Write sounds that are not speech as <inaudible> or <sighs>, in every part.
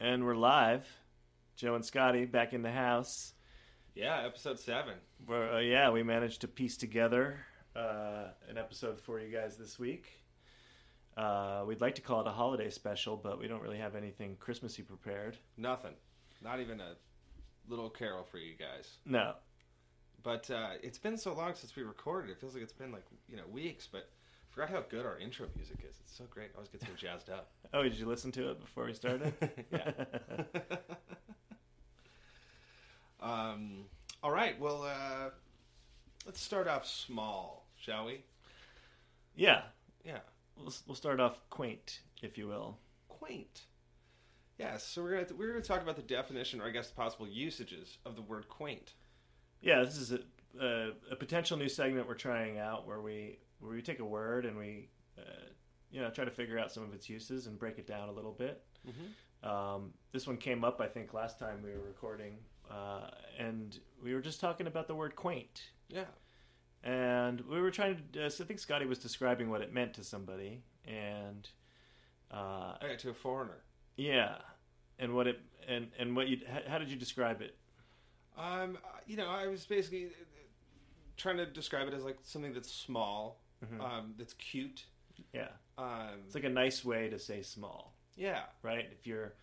And we're live. Joe and Scotty back in the house. Yeah, episode seven. We're, uh, yeah, we managed to piece together uh, an episode for you guys this week. Uh, we'd like to call it a holiday special, but we don't really have anything Christmassy prepared. Nothing. Not even a little carol for you guys. No. But uh, it's been so long since we recorded. It feels like it's been like you know weeks. But I forgot how good our intro music is. It's so great. It always gets me jazzed up. Oh, did you listen to it before we started? yeah. um. All right. Well, uh, let's start off small, shall we? <laughs> yeah. Yeah. We'll, we'll start off quaint, if you will. Quaint. Yeah. So we're gonna we're gonna talk about the definition, or I guess possible usages of the word quaint. Yeah, this is a, a, a potential new segment we're trying out where we where we take a word and we uh, you know try to figure out some of its uses and break it down a little bit. Um, this one came up, I think, last time we were recording, uh, and we were just talking about the word quaint, Yeah. and we were trying to. Uh, so I think Scotty was describing what it meant to somebody, and uh, All right. To a foreigner. yeah, and what it and and what you how, how did you describe it? Um, you know, I was basically uh, trying to describe it as like something that's small, um, that's cute. Yeah, Um, Mm-hmm. it's like a nice way to say small. yeah, right? If you're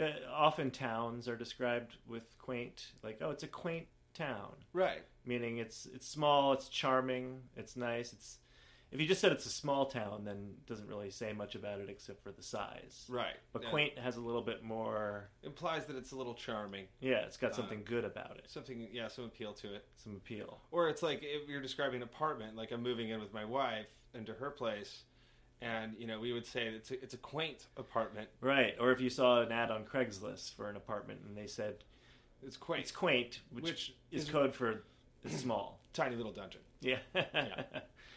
uh, often towns are described with quaint, like oh, it's a quaint town, right. meaning it's it's small, it's charming, it's nice. It's if you just said it's a small town, then it doesn't really say much about it except for the size. Right. But Yeah. quaint has a little bit more. implies that it's a little charming, Yeah, it's got Uh, something good about it, something, yeah, some appeal to it. some appeal. Or it's like if you're describing an apartment, like I'm moving in with my wife into her place, and, you know, we would say it's a, it's a quaint apartment. Right. Or if you saw an ad on Craigslist for an apartment and they said It's quaint. it's quaint, which, Which is is- code for it's small. Tiny little dungeon. Yeah. <laughs>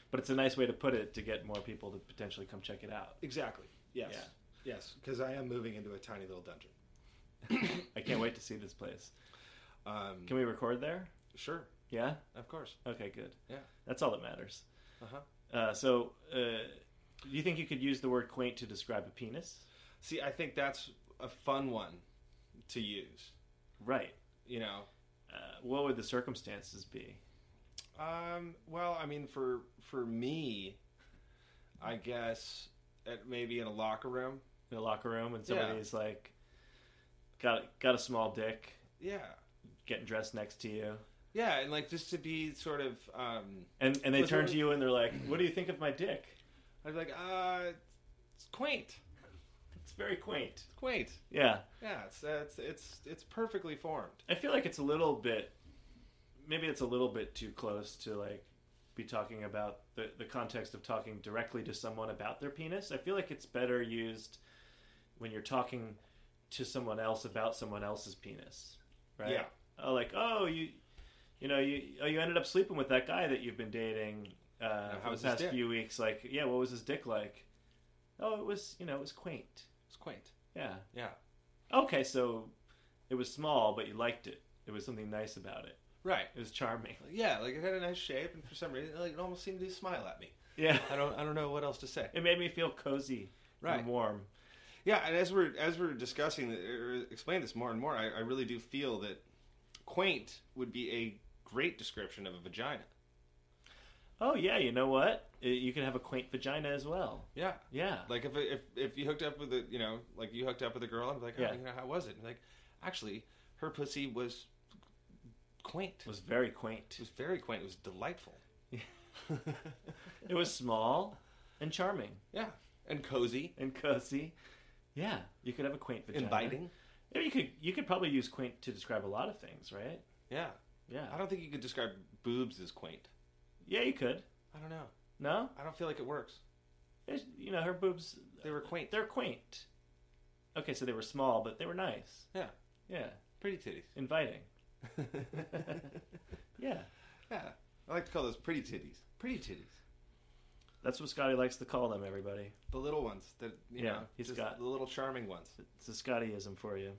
but it's a nice way to put it to get more people to potentially come check it out. Exactly. Yes. Yeah. Yes, because I am moving into a tiny little dungeon. I can't wait to see this place. Um, Can we record there? sure, Yeah? of course. Okay, good. Yeah. That's all that matters. Uh-huh. Uh, so, uh, do you think you could use the word quaint to describe a penis? See, I think that's a fun one to use. Right. You know, Uh, what would the circumstances be? um, well, I mean, for for me, I guess it maybe in a locker room. In a locker room and Yeah. somebody's like, got, got a small dick, Yeah, getting dressed next to you. yeah, and like just to be sort of, um, And, and they Was turn there- to you and they're like, what do you think of my dick? I'd be like, uh, it's quaint, It's very quaint. it's quaint. Yeah. Yeah, it's it's it's it's perfectly formed. I feel like it's a little bit, maybe it's a little bit too close to like be talking about the, the context of talking directly to someone about their penis. I feel like it's better used when you're talking to someone else about someone else's penis, right? Yeah. Oh, like oh you, you know you oh you ended up sleeping with that guy that you've been dating uh, how for was the his past dick? few weeks. Like yeah, what was his dick like? Oh, it was you know it was quaint. It's quaint. Yeah. Yeah, Okay, so it was small, but you liked it. It was something nice about it. right. It was charming. <laughs> Yeah, like it had a nice shape, and for some reason, like it almost seemed to smile at me. Yeah. I don't I don't know what else to say. It made me feel cozy Right. and warm. Yeah, and as we're as we're discussing th- or explain this more and more, I, I really do feel that quaint would be a great description of a vagina. Oh, yeah, you know what? I- You can have a quaint vagina as well. Yeah, Yeah. like if if if you hooked up with a you know like you hooked up with a girl and be like, oh, Yeah. you know, how was it? And like, actually, her pussy was quaint. It was very It quaint. was very quaint. It was delightful. It was small and charming Yeah, and cozy, and cozy. Yeah, you could have a quaint vagina. inviting. Yeah, You could you could probably use quaint to describe a lot of things, right? Yeah, Yeah. I don't think you could describe boobs as quaint. Yeah, you could. I don't know. No? I don't feel like it works. It's, you know, her boobs They were quaint. they're quaint. Okay, so they were small, but they were nice. Yeah, Yeah. pretty titties. Inviting. Yeah. <laughs> yeah, I like to call those pretty titties. Pretty titties. That's what Scotty likes to call them, everybody. The little ones that you Yeah, know, he's just got- the little charming ones. It's a Scottyism for you.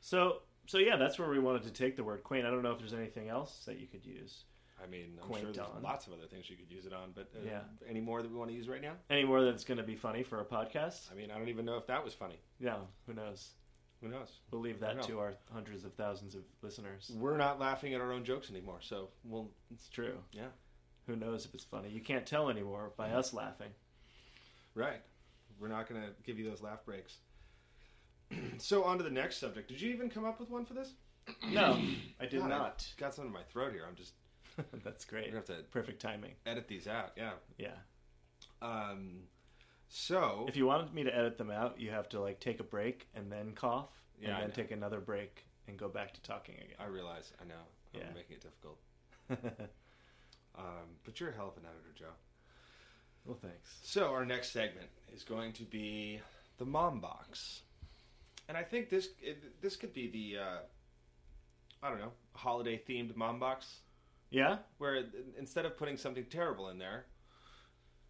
So so yeah, that's where we wanted to take the word quaint. I don't know if there's anything else that you could use I mean, I'm sure Quaint there's on. lots of other things you could use it on, but uh, Yeah. any more that we want to use right now? any more that's going to be funny for a podcast. I mean, I don't even know if that was funny. No, who knows? Who knows? We'll leave I that know. to our hundreds of thousands of listeners. We're not laughing at our own jokes anymore, so we'll. It's true. Yeah. Who knows if it's funny? You can't tell anymore by us laughing. <clears throat> Right. We're not going to give you those laugh breaks. <clears throat> so, on to the next subject. Did you even come up with one for this? No, I did God, I not. <laughs> Got something in my throat here. I'm just. That's We're great. going to have to Perfect timing. edit these out. Yeah. Yeah. Um, so. If you wanted me to edit them out, you have to like take a break and then cough, Yeah, I and then know. take another break and go back to talking I realize. I know. I'm Yeah. making it difficult. again. <laughs> Um, but you're a hell of an editor, Joe. well, thanks. So our next segment is going to be the mom box, and I think this it, this could be the uh, I don't know holiday themed mom box, Yeah, where in- instead of putting something terrible in there,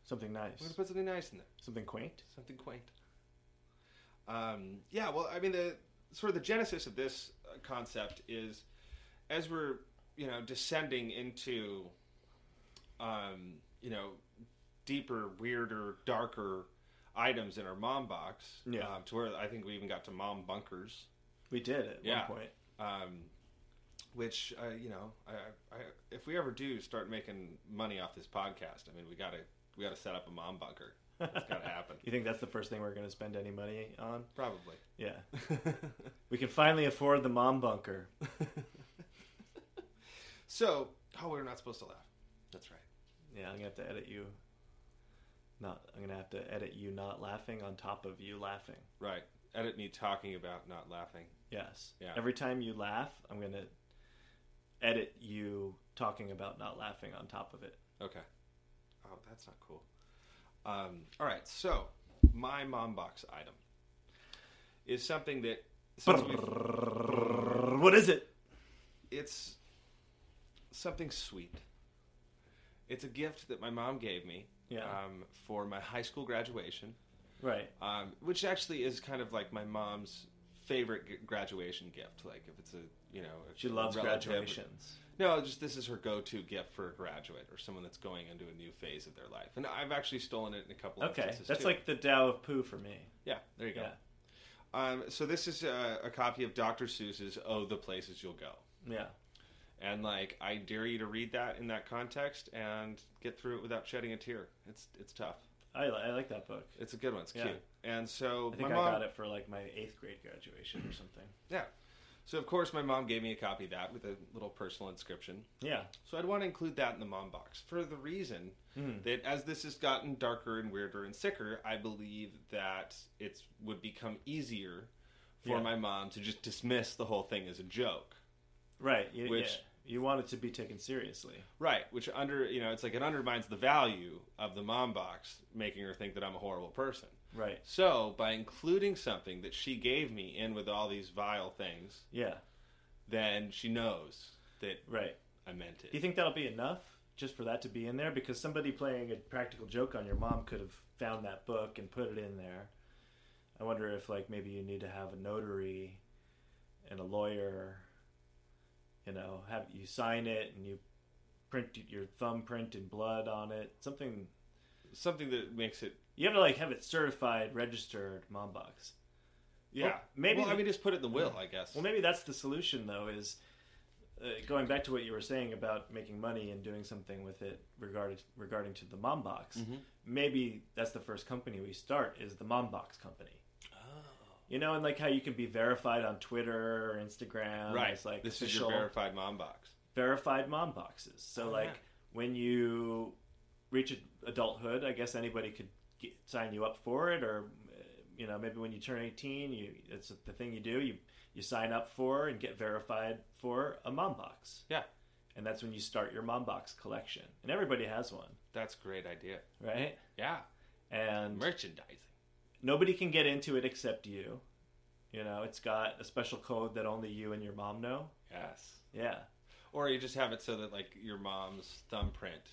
something nice, we're gonna put something nice in there, something quaint. something quaint. Um, yeah, well, I mean the sort of the genesis of this uh, concept is as we're you know descending into um, you know deeper, weirder, darker items in our mom box. Yeah. um, to where I think we even got to mom bunkers, We did at Yeah. one point. um, which uh, you know, I, I, I, if we ever do start making money off this podcast, I mean, we gotta we gotta set up a mom bunker. It's gotta happen, <laughs> You think that's the first thing we're going to spend any money on? probably. Yeah, <laughs> we can finally afford the mom bunker. so, oh, we we're not supposed to laugh. That's right. Yeah, I'm gonna have to edit you. Not, I'm gonna have to edit you not laughing on top of you laughing. Right. Edit me talking about not laughing. Yes. Yeah. Every time you laugh, I'm gonna edit you talking about not laughing on top of it. Okay. Oh, that's not cool. Um, all right. So, my mom box item is something that since we've- What is it? it's something sweet. It's a gift that my mom gave me Yeah. um, for my high school graduation, Right. um, which actually is kind of like my mom's favorite g- graduation gift. Like if it's a you know a She loves relative- graduations. No, just this is her go-to gift for a graduate or someone that's going into a new phase of their life. And I've actually stolen it in a couple. Okay, instances that's too. like the Tao of Pooh for me. yeah. There you go. Yeah. Um, so this is a, a copy of Dr. Seuss's "Oh, the Places You'll Go." Yeah. and like I dare you to read that in that context and get through it without shedding a tear. It's it's tough. I, li- I like that book. It's a good one. It's Yeah. cute. And so I think my I mom. got it for like my eighth grade graduation or something. Yeah. So of course my mom gave me a copy of that with a little personal inscription. Yeah. So I'd want to include that in the mom box for the reason Mhm. that as this has gotten darker and weirder and sicker, I believe that it would become easier for Yeah. my mom to just dismiss the whole thing as a joke. Right. You, Which- yeah. you want it to be taken seriously. Right, which under you know, it's like it undermines the value of the mom box, making her think that I'm a horrible person. Right. So by including something that she gave me in with all these vile things, Yeah. then she knows that Right. I meant Do you it. think that'll be enough just for that to be in there? Because somebody playing a practical joke on your mom could have found that book and put it in there. I wonder if, like, maybe you need to have a notary and a lawyer. You know, have you sign it and you print your thumbprint in blood on it. Something Something that makes it you have to like have it certified, registered mom box. yeah. Well, maybe Well, I the- mean, just put it in the will, I guess. Well, maybe that's the solution, though, is uh, going back to what you were saying about making money and doing something with it regarding regarding to the mom box. Mm-hmm. Maybe that's the first company we start is the mom box company. Oh. You know, and like how you can be verified on Twitter or Instagram. right. It's like Oh. this official is your verified mom box. verified mom boxes. So Oh, like yeah. when you reach ad- adulthood, I guess anybody could get, sign you up for it, or uh, you know maybe when you turn eighteen, you it's the thing you do. You you sign up for and get verified for a mom box, Yeah, and that's when you start your mom box collection. And everybody has one, that's a great idea. right? Yeah, And merchandising. nobody can get into it except you. You know, it's got a special code that only you and your mom know. Yes. Yeah. Or you just have it so that like your mom's thumbprint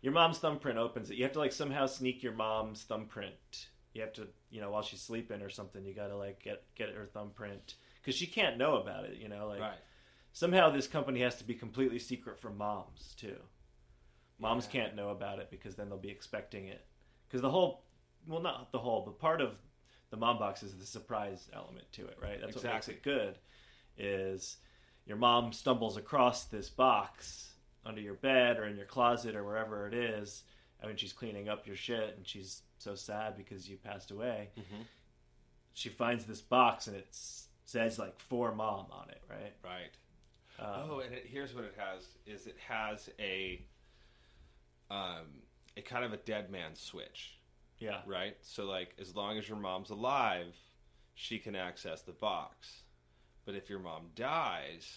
Your mom's thumbprint opens it. You have to like somehow sneak your mom's thumbprint. You have to, you know, while she's sleeping or something, you gotta like get get her thumbprint because she can't know about it. You know, like right. somehow this company has to be completely secret for moms too. Moms Yeah. can't know about it because then they'll be expecting it. Because the whole, well, not the whole, but part of the mom box is the surprise element to it, right? That's what makes Exactly. it good. Is your mom stumbles across this box under your bed or in your closet or wherever it is. I mean, she's cleaning up your shit and she's so sad because you passed away. Mhm. She finds this box and it s- says like for mom on it, right? Right. Um, oh, and it, here's what it has: is it has a, um, a kind of a dead man switch, yeah. right? So like, as long as your mom's alive, she can access the box, but if your mom dies,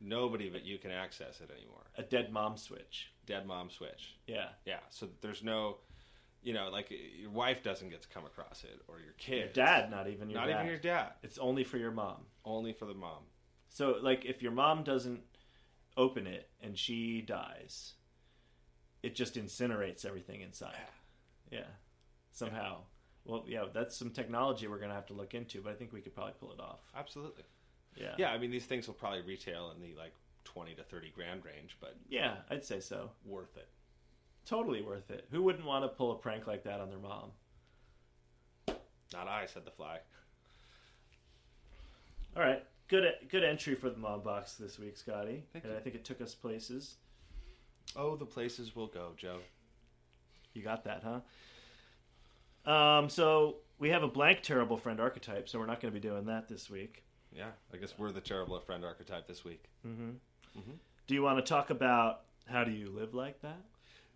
nobody but you can access it anymore. a dead mom switch. Dead mom switch. Yeah. Yeah. So there's no, you know, like your wife doesn't get to come across it, or your kid, Your dad, not even your not dad. even your dad, It's only for your mom. only for the mom. So like if your mom doesn't open it and she dies, it just incinerates everything inside. Yeah. Somehow. Well, yeah, that's some technology we're going to have to look into, but I think we could probably pull it off. Absolutely. Yeah. Yeah. I mean, these things will probably retail in the like twenty to thirty grand range, but Yeah, I'd say so. worth it. Totally worth it. Who wouldn't want to pull a prank like that on their mom? Not I, said the fly. All right. Good good entry for the mom box this week, Scotty. Thank and you. I think it took us places. Oh, the places will go, Joe. You got that, huh? Um, so we have a blank terrible friend archetype, so we're not going to be doing that this week. Yeah, I guess we're the terrible friend archetype this week. Do you want to talk about how do you live like that?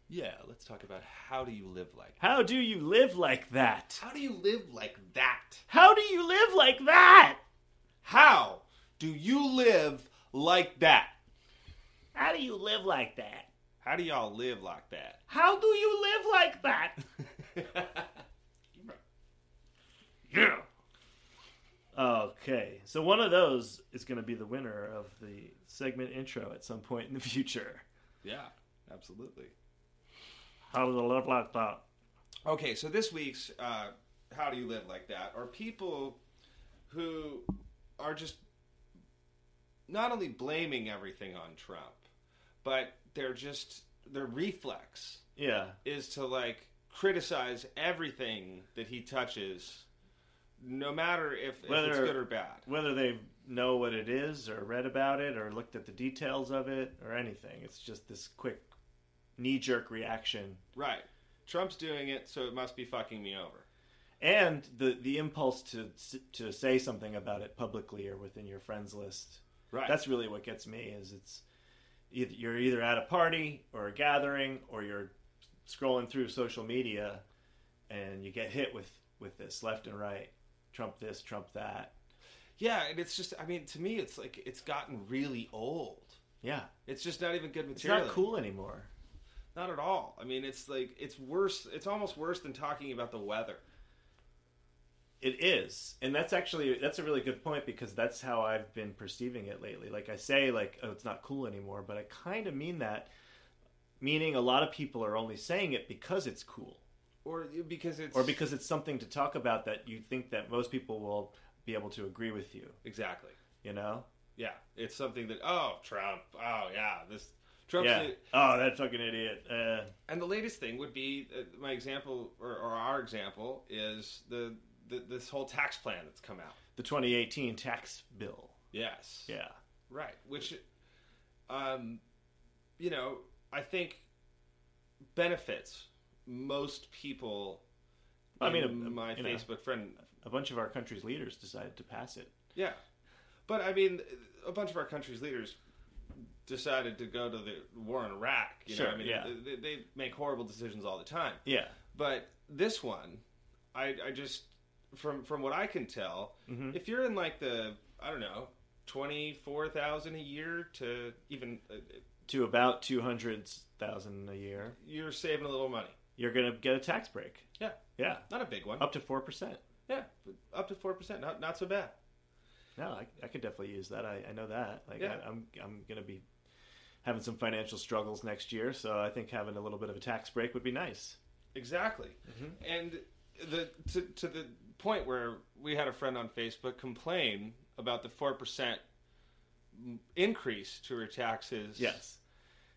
Yeah, let's talk about how do you live like How do you live like that? How do you live like that? How do you live like that? How do you live like that? How do you live like that? How do y'all live like that? How do you live like that? <laughs> <laughs> yeah. Okay, so one of those is going to be the winner of the segment intro at some point in the future. yeah, absolutely. How do you live like that? Okay, so this week's uh, How Do You Live Like That are people who are just not only blaming everything on Trump, but they're just, their reflex Yeah. is to like criticize everything that he touches, no matter if, if it's Whether- good or bad. whether they know what it is or read about it or looked at the details of it or anything. It's just this quick knee jerk reaction. Right. Trump's doing it, so it must be fucking me over. And the, the impulse to s- to say something about it publicly or within your friends list. Right. That's really what gets me is it's either, you're either at a party or a gathering or you're scrolling through social media and you get hit with with this left and right. Trump this, Trump that. yeah, and it's just, I mean, to me, it's like, it's gotten really old. Yeah. It's just not even good It's material. not cool anymore. Not at all. I mean, it's like it's worse. It's almost worse than talking about the weather. It is, and that's actually that's a really good point because that's how I've been perceiving it lately. Like I say, like oh, it's not cool anymore, but I kind of mean that, meaning a lot of people are only saying it because it's cool, Or because it's or because it's something to talk about that you think that most people will be able to agree with you. exactly. You know? Yeah, it's something that oh Trump. Oh yeah, this Trump's yeah. the- Oh, that fucking idiot. Uh, and the latest thing would be uh, my example or, or our example is the, the this whole tax plan that's come out. the 2018 tax bill. Yes. Yeah. Right. Which, um, you know, I think benefits most people. I mean, in a- a- my you know. Facebook friend A bunch of our country's leaders decided to pass it. Yeah, but I mean, a bunch of our country's leaders decided to go to the war in Iraq. You know, Sure, I mean, yeah. they, they make horrible decisions all the time. Yeah. But this one, I, I just from from what I can tell, Mhm. if you're in like the I don't know twenty four thousand a year to even uh, To about 200,000 a year, you're saving a little money. you're going to get a tax break. Yeah, Yeah. not a big one. Up to four percent. Yeah, up to four percent. Not not so bad. No, I, I could definitely use that. I, I know that. Like Yeah. I, I'm I'm gonna be having some financial struggles next year, so I think having a little bit of a tax break would be nice. Exactly. Mm-hmm. And the to, to the point where we had a friend on Facebook complain about the four percent increase to her taxes. Yes,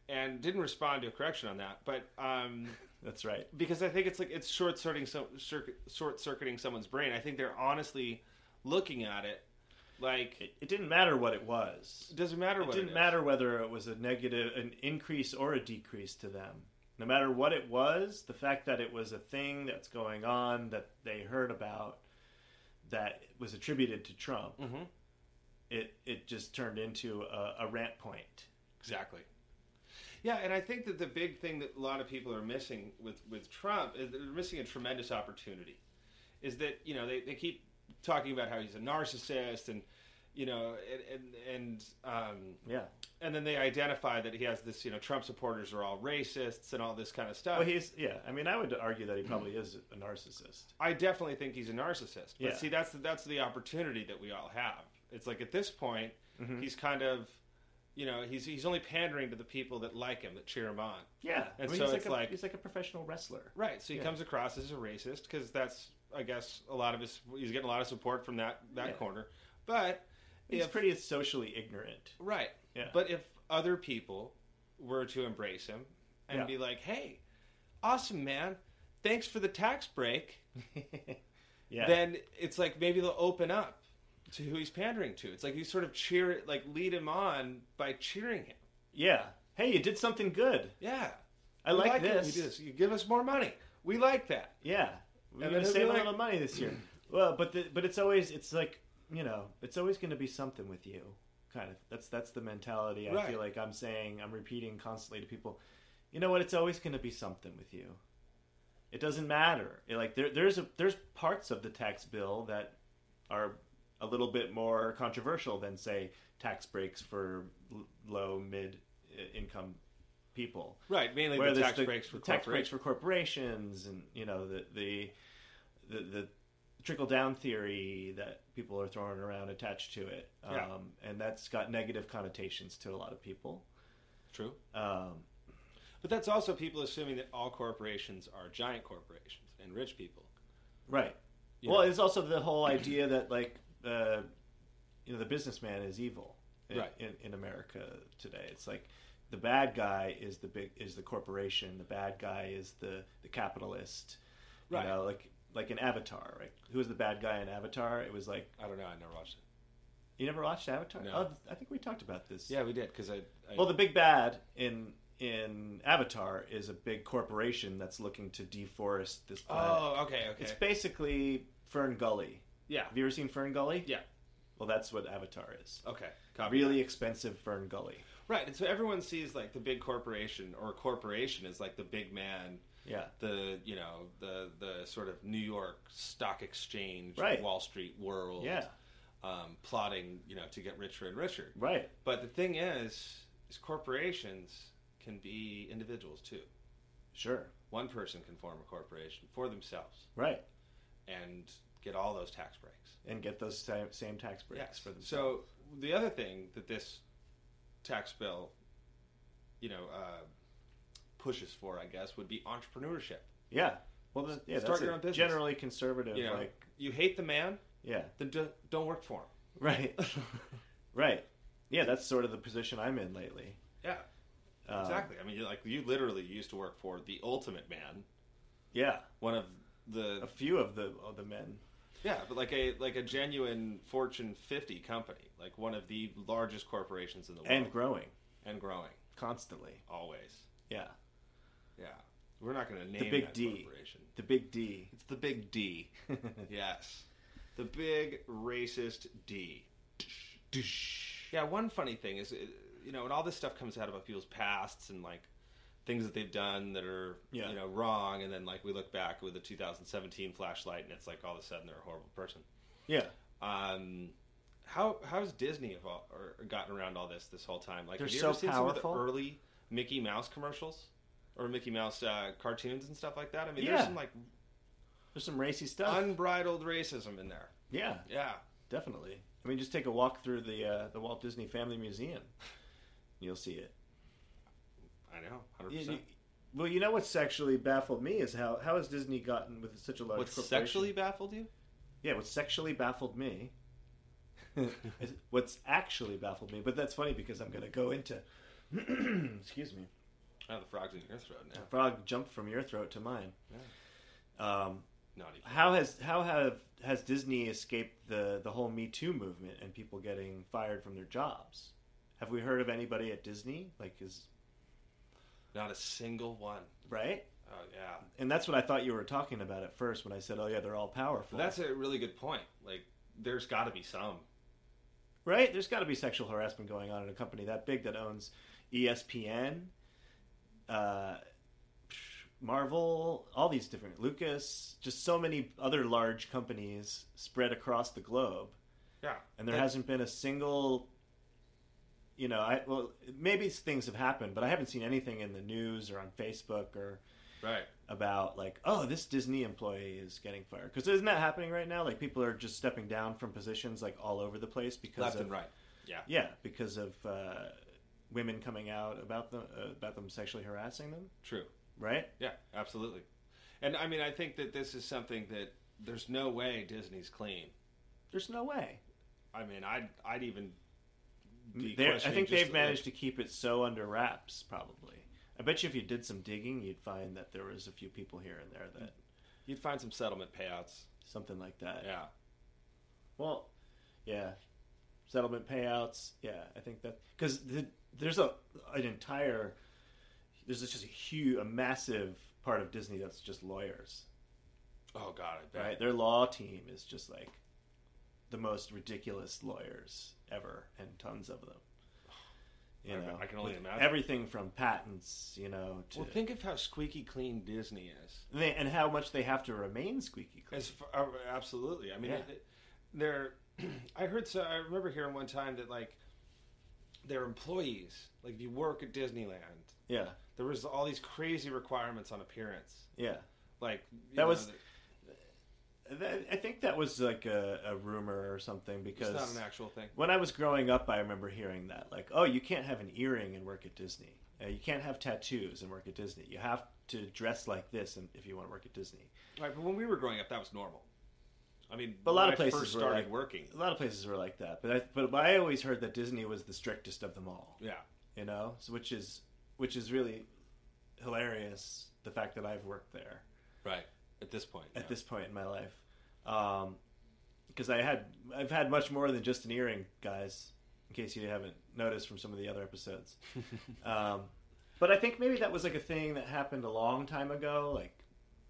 and didn't respond to a correction on that, but <laughs> um, that's right. because I think it's like it's short circuiting some short circuiting someone's brain. I think they're honestly looking at it like It, it didn't matter what it was. it doesn't matter It what didn't is. matter whether it was a negative, an increase or a decrease to them. No matter what it was, the fact that it was a thing that's going on that they heard about that was attributed to Trump, Mhm. it it just turned into a, a rant point. Exactly. Yeah, and I think that the big thing that a lot of people are missing with with Trump is that they're missing a tremendous opportunity. Is that you know they, they keep talking about how he's a narcissist and you know and and and, um, Yeah. and then they identify that he has this you know Trump supporters are all racists and all this kind of stuff. Well, he's yeah. I mean, I would argue that he probably is a narcissist. I definitely think he's a narcissist. But Yeah. see, that's the, that's the opportunity that we all have. It's like at this point, Mhm. he's kind of, you know, he's he's only pandering to the people that like him, that cheer him on. Yeah, And I mean, so he's it's a, like- he's like a professional wrestler. Right. So he Yeah. comes across as a racist because that's, I guess, a lot of his. He's getting a lot of support from that that Yeah. corner. But He's if pretty socially ignorant. <laughs> right, Yeah. but if other people were to embrace him and Yeah. be like, "Hey, awesome man, thanks for the tax break," yeah, then it's like maybe they'll open up to who he's pandering to. It's like you sort of cheer, like lead him on by cheering him. yeah. Hey, you did something good. Yeah, I We like, it when this. You, do this. you give us more money. We like that. Yeah, we're And gonna then save it'll a be little money this <clears throat> year. well, but the, but it's always it's like you know it's always going to be something with you. Kind of that's that's the mentality I Right. feel like I'm saying I'm repeating constantly to people. You know what? It's always going to be something with you. It doesn't matter. It, like there there's a there's parts of the tax bill that are a little bit more controversial than say tax breaks for l- low mid uh, income people Right, mainly where the there's tax breaks for the tax breaks corporations. for corporations and you know the the the, the trickle down theory that people are throwing around attached to it um, Yeah. and that's got negative connotations to a lot of people True. um, But that's also people assuming that all corporations are giant corporations and rich people. right You well know. it's also the whole idea that like uh, you know the businessman is evil in, Right. in, in america today it's like the bad guy is the big is the corporation the bad guy is the the capitalist you Right. know like like an avatar right who was the bad guy in avatar it was like I don't know. I never watched it. you never watched avatar No. oh, i think we talked about this Yeah, we did because I, I. well the big bad in in avatar is a big corporation that's looking to deforest this planet oh, okay, okay. it's basically fern gully yeah, have you ever seen fern gully yeah. well that's what avatar is Okay, a copy. really expensive fern gully Right, and so everyone sees like the big corporation or corporation is like the big man, yeah the you know the the sort of New York Stock Exchange, Right. Wall Street world, yeah um, plotting you know to get richer and richer. right But the thing is, is corporations can be individuals too. sure One person can form a corporation for themselves. right and get all those tax breaks. and get those same, same tax breaks Yes. for themselves So the other thing that this tax bill, you know, uh, pushes for, I guess, would be entrepreneurship. yeah well the, yeah Start that's your a own business. generally conservative You know, like you hate the man, yeah <laughs> then do, don't work for him. Right. right. Yeah, that's sort of the position I'm in lately. Yeah, Um, exactly. I mean, you like you literally used to work for the ultimate man, Yeah, one of the a few of the of the men. yeah, but like a like a genuine Fortune 50 company, like one of the largest corporations in the world, And growing and growing constantly. always. Yeah. Yeah, we're not going to name big that D. corporation. The big D. <laughs> It's the big D. yes. The big racist D. Yeah, one funny thing is, uh, you know, when all this stuff comes out about people's pasts and like things that they've done that are, Yeah. you know, wrong, and then like we look back with the 2017 flashlight and it's like all of a sudden they're a horrible person. yeah. Um, how how's Disney evolved, or gotten around all this this whole time? Like, They're have you so ever seen some powerful. of the early Mickey Mouse commercials or Mickey Mouse uh, cartoons and stuff like that? I mean, Yeah. there's some like There's some racy stuff. unbridled racism in there. yeah, Yeah. definitely. I mean, just take a walk through the uh, the Walt Disney Family Museum. You'll see it. I know, hundred You- percent. you- well, you know what's actually baffled me is how how has Disney gotten with such a large What corporation? sexually baffled you? Yeah, what sexually baffled me What's actually baffled me, but that's funny because I'm going to go into. <clears throat> excuse me. Oh, the frog's in your throat now. A frog jumped from your throat to mine. Um, Naughty. how has how have has Disney escaped the the whole Me Too movement and people getting fired from their jobs? Have we heard of anybody at Disney? Like is Not a single one. right? Oh yeah. And that's what I thought you were talking about at first when I said, "Oh yeah, they're all powerful." But that's a really good point. Like, there's got to be some. right. There's got to be sexual harassment going on in a company that big that owns E ESPN, uh, Marvel, all these different Lucas, just so many other large companies spread across the globe. Yeah. and there hasn't been a single you know i well maybe things have happened but i haven't seen anything in the news or on facebook or Right. about like oh this disney employee is getting fired because isn't that happening right now like people are just stepping down from positions like all over the place because Left of, and right. Yeah. yeah because of uh, women coming out about them uh, about them sexually harassing them True. right Yeah. Absolutely. And I mean, I think that this is something that there's no way Disney's clean. there's no way I mean, I'd I'd even. be They're- I questioning think just, they've like, managed to keep it so under wraps, probably. I bet you if you did some digging, you'd find that there was a few people here and there that You'd find some settlement payouts. something like that. Yeah. Well, yeah, settlement payouts. Yeah, I think that because the, there's a an entire there's just a huge, a massive part of Disney that's just lawyers, Oh God, I bet. right? Their law team is just like the most ridiculous lawyers ever, and tons <sighs> of them. You I- know, I can only with imagine. everything from patents, you know, to Well, think of how squeaky clean Disney is. And they- and how much they have to remain squeaky clean. As far, uh, absolutely, I mean, Yeah. they- they're. <clears throat> I heard. So I remember hearing one time that like, their employees, like if you work at Disneyland, Yeah, there was all these crazy requirements on appearance. yeah. Like you That was- that- Th- I think that was like a, a rumor or something it's not because an actual thing. when I was growing up, I remember hearing that like, oh, you can't have an earring and work at Disney. Uh, you can't have tattoos and work at Disney. You have to dress like this and if you want to work at Disney. Right, but when we were growing up, that was normal. I mean, But a lot of when I places first were started like- working. A lot of places were like that, but I, but I always heard that Disney was the strictest of them all. Yeah, You know, so, which is which is really hilarious. The fact that I've worked there. right. At this point, at yeah. this point in my life, because I had I've had much more than just an earring, guys. In case you haven't noticed from some of the <laughs> other episodes, <laughs> um, but I think maybe that was like a thing that happened a long time ago, like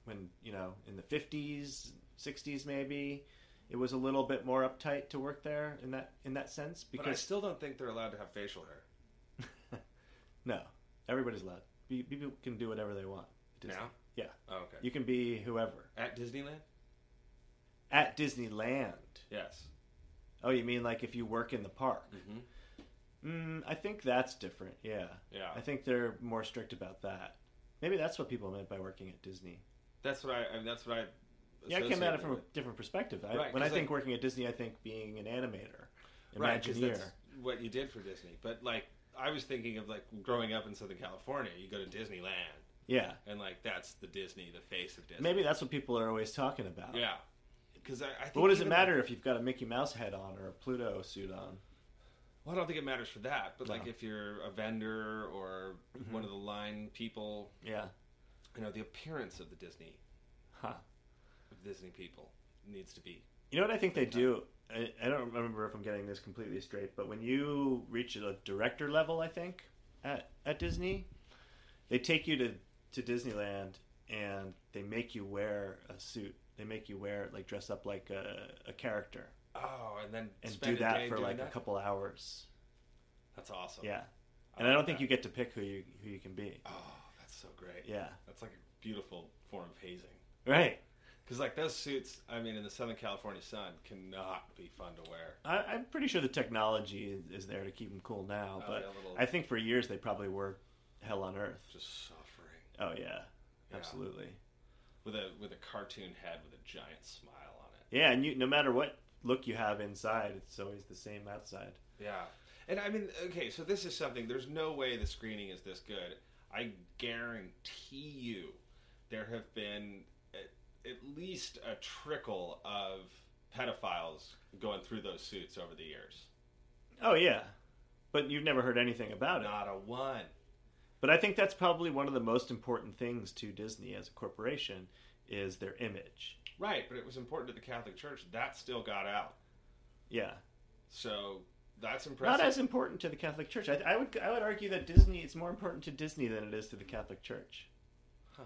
when you know in the fifties, sixties, maybe it was a little bit more uptight to work there in that in that sense. but I Because still don't think they're allowed to have facial hair. <laughs> no, everybody's allowed. Pe- People can do whatever they want. at Disney. Now? Yeah. Oh, okay. you can be whoever At Disneyland? at Disneyland. Yes. Oh, you mean like if you work in the park? Mm-hmm. Mm, I think that's different. Yeah. Yeah. I think they're more strict about that. Maybe that's what people meant by working at Disney. That's what I. I mean, that's what I. Yeah, I came at it from a associated different perspective. I, Right, when I 'cause, think like- working at Disney, I think being an animator, with it. right, 'cause Imagineer. that's what you did for Disney. But like, I was thinking of like growing up in Southern California, you go to Disneyland, yeah, and like that's the Disney, the face of Disney. maybe that's what people are always talking about. Yeah. Because I, I think But what does it even- matter if you've got a Mickey Mouse head on or a Pluto suit on? Well, I don't think it matters for that. But No. like, Mm-hmm. if you're a vendor or one of the line people, Yeah. you know, the appearance of the Disney Huh. of Disney people needs to be You know what I think they do? I, I don't remember if I'm getting this completely straight, but when you reach a director level, I think at at Disney, they take you to to Disneyland and they make you wear a suit. They make you wear like dress up like a, a character oh, and then and spend do a day that for doing like a that? couple hours. That's awesome. Yeah, I and I like don't think that. you get to pick who you who you can be. Oh, that's so great. Yeah, That's like a beautiful form of hazing. right. Because like those suits, I mean, in the Southern California sun, cannot be fun to wear. I, I'm pretty sure the technology is, is there to keep them cool now, Oh, but yeah, a little- I think for years they probably were hell on earth. Just suffering Oh yeah, Yeah. absolutely. with a with a cartoon head with a giant smile on it. Yeah, and you no matter what look you have inside, it's always the same outside. Yeah, and I mean, okay, so this is something. There's no way the screening is this good. I guarantee you, there have been at, at least a trickle of pedophiles going through those suits over the years. Oh yeah, but you've never heard anything about it. Not a one. But I think that's probably one of the most important things to Disney as a corporation is their image. Right, but it was important to the Catholic Church. That still got out. Yeah, So that's impressive. not as important to the Catholic Church. I, I would I would argue that Disney it's more important to Disney than it is to the Catholic Church. Huh.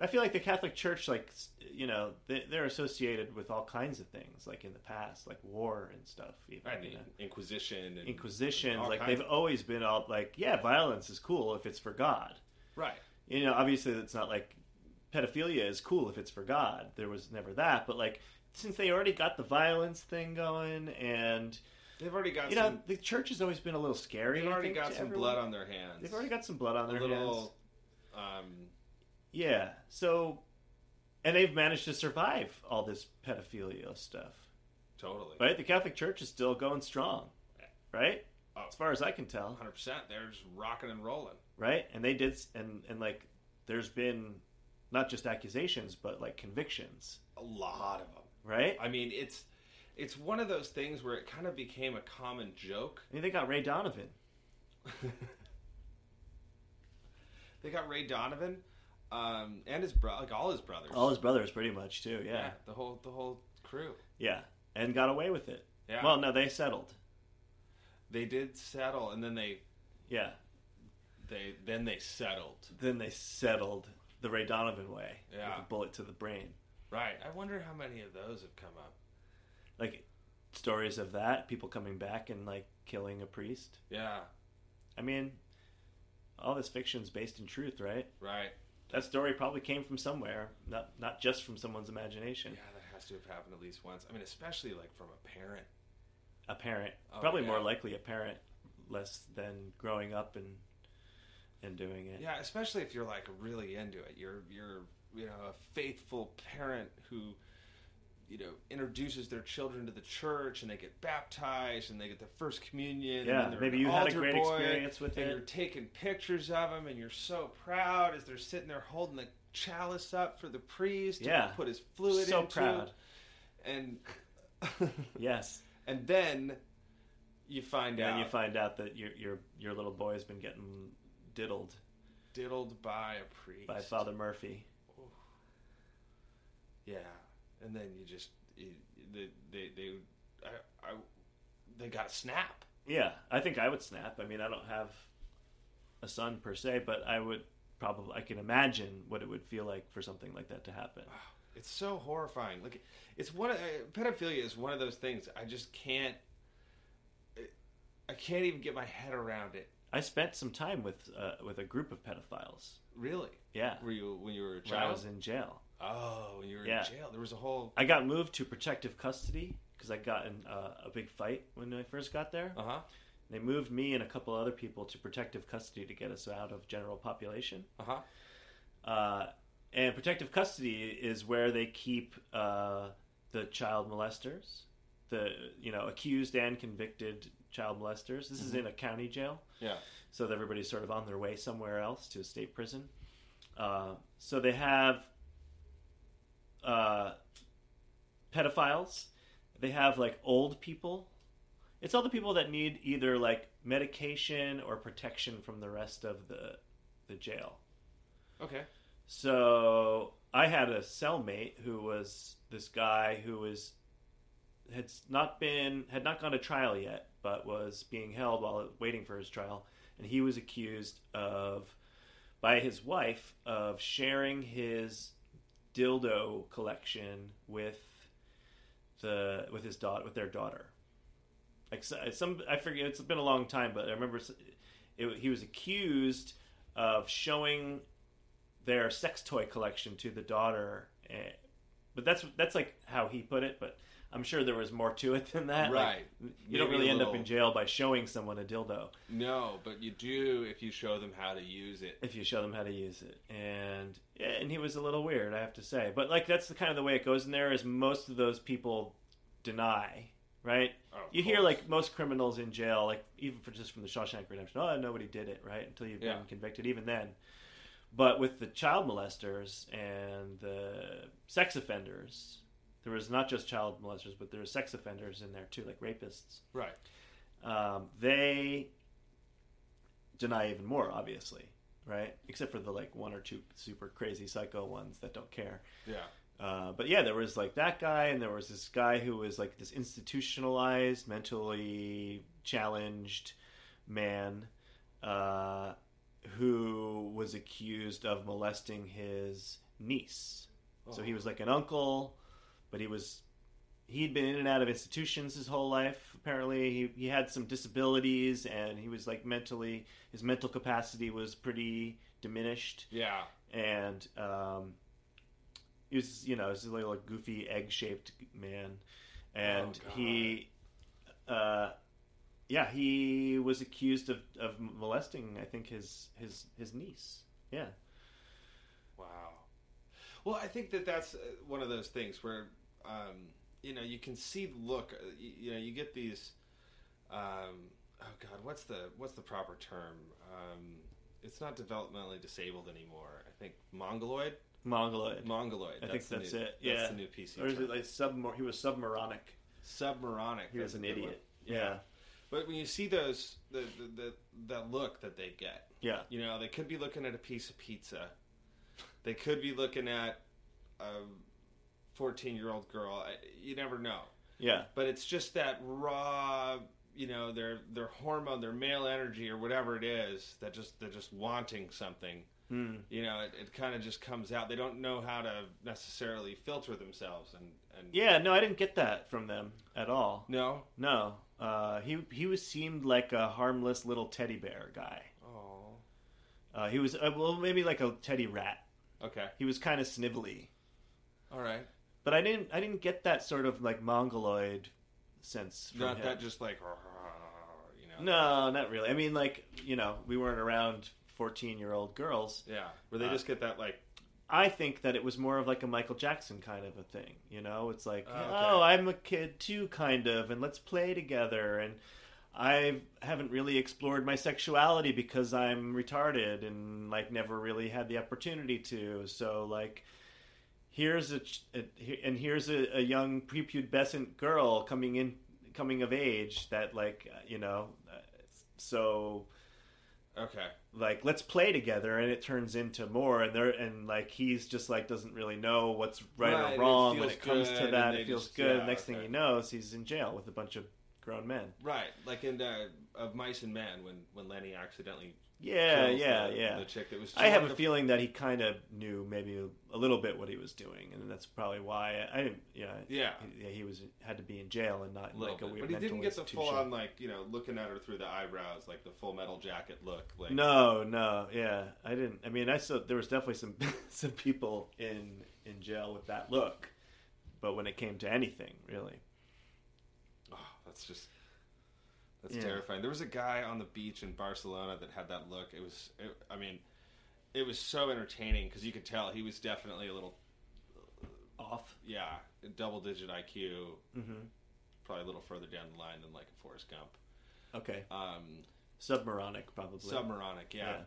I feel like the Catholic Church, like s- you know, they, they're associated with all kinds of things, like in the past, like war and stuff. Even, right, you the know? Inquisition and inquisitions All like kinds they've always been all like yeah violence is cool if it's for god right. you know obviously that's not like pedophilia is cool if it's for god there was never that but like since they already got the violence thing going and They've already got you some. know the church has always been a little scary they've I already think, got to some everyone. blood on their hands. they've already got some blood on a their hands little. Um, yeah so and they've managed to survive all this pedophilia stuff totally. right the catholic church is still going strong right Oh. as far as i can tell Hundred percent. They're just rocking and rolling. right? And they did, and and like, there's been not just accusations, but like convictions, A lot of them. right? I mean, it's it's one of those things where it kind of became a common joke. <laughs> I mean, they got Ray Donovan. they got Ray Donovan, um, and his brother, like all his brothers. All his brothers, pretty much, too. Yeah, yeah, the whole the whole crew. and got away with it. Yeah. Well, no, they settled. they did settle, and then they Yeah, they then they settled. then they settled the Ray Donovan way Yeah. with a bullet to the brain. Right. I wonder how many of those have come up. Like stories of that, people coming back and like killing a priest. Yeah. I mean, all this fiction's based in truth, right? Right. That story probably came from somewhere, not not just from someone's imagination. Yeah, that has to have happened at least once. I mean, especially like from a parent. a parent. Oh, Probably yeah. more likely a parent, less than growing up and and doing it. Yeah, especially if you're like really into it. You're you're you know a faithful parent who you know introduces their children to the church and they get baptized and they get the first communion. Yeah, and they're maybe an you had a altar great boy, experience with and it. You're taking pictures of them and you're so proud as they're sitting there holding the chalice up for the priest. to Yeah. put his fluid so into, proud. and Yes. and then you find And out then you find out that your your your little boy has been getting diddled diddled by a priest by Father Murphy. Yeah, and then you just you, they they they I, I they got a snap. Yeah, I think I would snap. I mean, I don't have a son per se, but I would probably I can imagine what it would feel like for something like that to happen. It's so horrifying. Like it's one of, uh, pedophilia is one of those things I just can't. uh, I can't even get my head around it. I spent some time with uh, with a group of pedophiles. Really? Yeah, Were you when you were a when I child? was in jail. oh, when you were Yeah. in jail, there was a whole. I got moved to protective custody because I got in uh, a big fight when I first got there. Uh huh. They moved me and a couple other people to protective custody to get us out of general population. Uh huh. Uh, and protective custody is where they keep uh, the child molesters, the you know accused and convicted child molesters. This is in a county jail Yeah. so that everybody's sort of on their way somewhere else to a state prison. Uh, so they have uh, pedophiles. They have like old people. It's all the people that need either like medication or protection from the rest of the the jail. Okay. So I had a cellmate who was this guy who was had not been had not gone to trial yet, but was being held while waiting for his trial, and he was accused of by his wife of sharing his dildo collection with the with his daughter with their daughter. Like so- some, I forget. It's been a long time, but I remember s- it, he was accused of showing their sex toy collection to the daughter. eh, But that's that's like how he put it. But I'm sure there was more to it than that. Like, Right. you don't Maybe a really end up little- in jail by showing someone a dildo No, but you do if you show them how to use it. if you show them how to use it. And yeah, and he was a little weird, I have to say. But like that's the kind of the way it goes in there is most of those people deny, right? Oh, of You hear course. like most criminals in jail, like even for just from the Shawshank Redemption, oh nobody did it, right? Until you've Yeah. been convicted, even then. But with the child molesters and the sex offenders, there was not just child molesters, but there were sex offenders in there too, like rapists. Right. Um, they deny even more, obviously, right? Except for the like one or two super crazy psycho ones that don't care. Yeah. Uh, but yeah, there was like that guy, and there was this guy who was like this institutionalized, mentally challenged man uh, who was accused of molesting his niece. Uh-huh. So he was like an uncle, but he was he'd been in and out of institutions his whole life. Apparently, he he had some disabilities, and he was like mentally his mental capacity was pretty diminished, Yeah. and um, he was you know this little like, goofy egg shaped man, and Oh, God. he. Uh, yeah, he was accused of, of molesting. I think his his his niece. Yeah, Wow. Well, I think that that's uh, one of those things where, um, you know, you can see the look. uh, You, you know, you get these. Um, oh God, what's the what's the proper term? Um, it's not developmentally disabled anymore. I think mongoloid. mongoloid. Mongoloid. I think the that's new, it, yeah. That's the new PC Or is term. it like submor? He was submoronic. Submoronic. He was that's an a good one. idiot. Yeah. But when you see those, the, the, the that look that they get, Yeah. You know, they could be looking at a piece of pizza. They could be looking at a 14 year old girl. I- You never know. Yeah. But it's just that raw, you know, their their hormone, their male energy, or whatever it is that just they're just wanting something. Hmm. You know, it, it kind of just comes out. They don't know how to necessarily filter themselves. And and Yeah. No, I didn't get that from them at all. no, No. Uh, he he was seemed like a harmless little teddy bear guy. oh, Uh, he was uh, well, maybe like a teddy rat. okay, He was kind of snivelly, all right, but I didn't I didn't get that sort of like mongoloid sense from not him. that just like you know. No, not really. I mean, like you know, we weren't around fourteen year old girls. Yeah, where they Uh, just get that like I think that it was more of like a Michael Jackson kind of a thing. You know, it's like, Oh, okay. oh, I'm a kid too, kind of, and let's play together. And I haven't really explored my sexuality because I'm retarded and like never really had the opportunity to. So like, here's a, ch- a and here's a, a young prepubescent girl coming in, coming of age that like you know, uh, so okay. like let's play together and it turns into more and they're and like he's just like doesn't really know what's right, Right, it or wrong when feels it comes good, to that and they it feels just- good yeah, next thing okay. he knows he's in jail with a bunch of grown men Right, like in uh, of mice and men when when Lenny accidentally yeah kills yeah the, yeah the chick that was. i have a wonderful- feeling that he kind of knew maybe a little bit what he was doing and that's probably why i, I didn't yeah Yeah, he, yeah, he was had to be in jail and not a in little like a bit. weird but he didn't mental get the institution. full on like you know looking at her through the eyebrows like the Full Metal Jacket look. Like No, no, yeah, I didn't. I mean, I saw there was definitely some <laughs> some people in in jail with that look, but when it came to anything, really, oh, that's just that's Yeah. terrifying. There was a guy on the beach in Barcelona that had that look. It was, it, I mean, it was so entertaining because you could tell he was definitely a little off. yeah double digit IQ, hmm probably a little further down the line than like a Forrest Gump. Okay, Um, submoronic probably. Submoronic, yeah.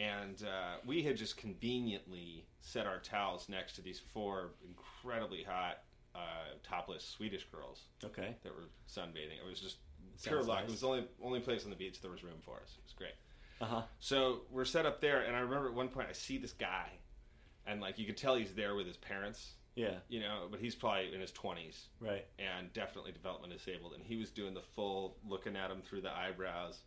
And uh, we had just conveniently set our towels next to these four incredibly hot, uh, topless Swedish girls Okay. that were sunbathing. It was just Sounds pure luck. nice. It was the only only place on the beach there was room for us. It was great. Uh Uh-huh. huh. So we're set up there, and I remember at one point I see this guy, and like you could tell he's there with his parents, Yeah. you know, but he's probably in his twenties Right. and definitely development disabled. And he was doing the full looking at him through the eyebrows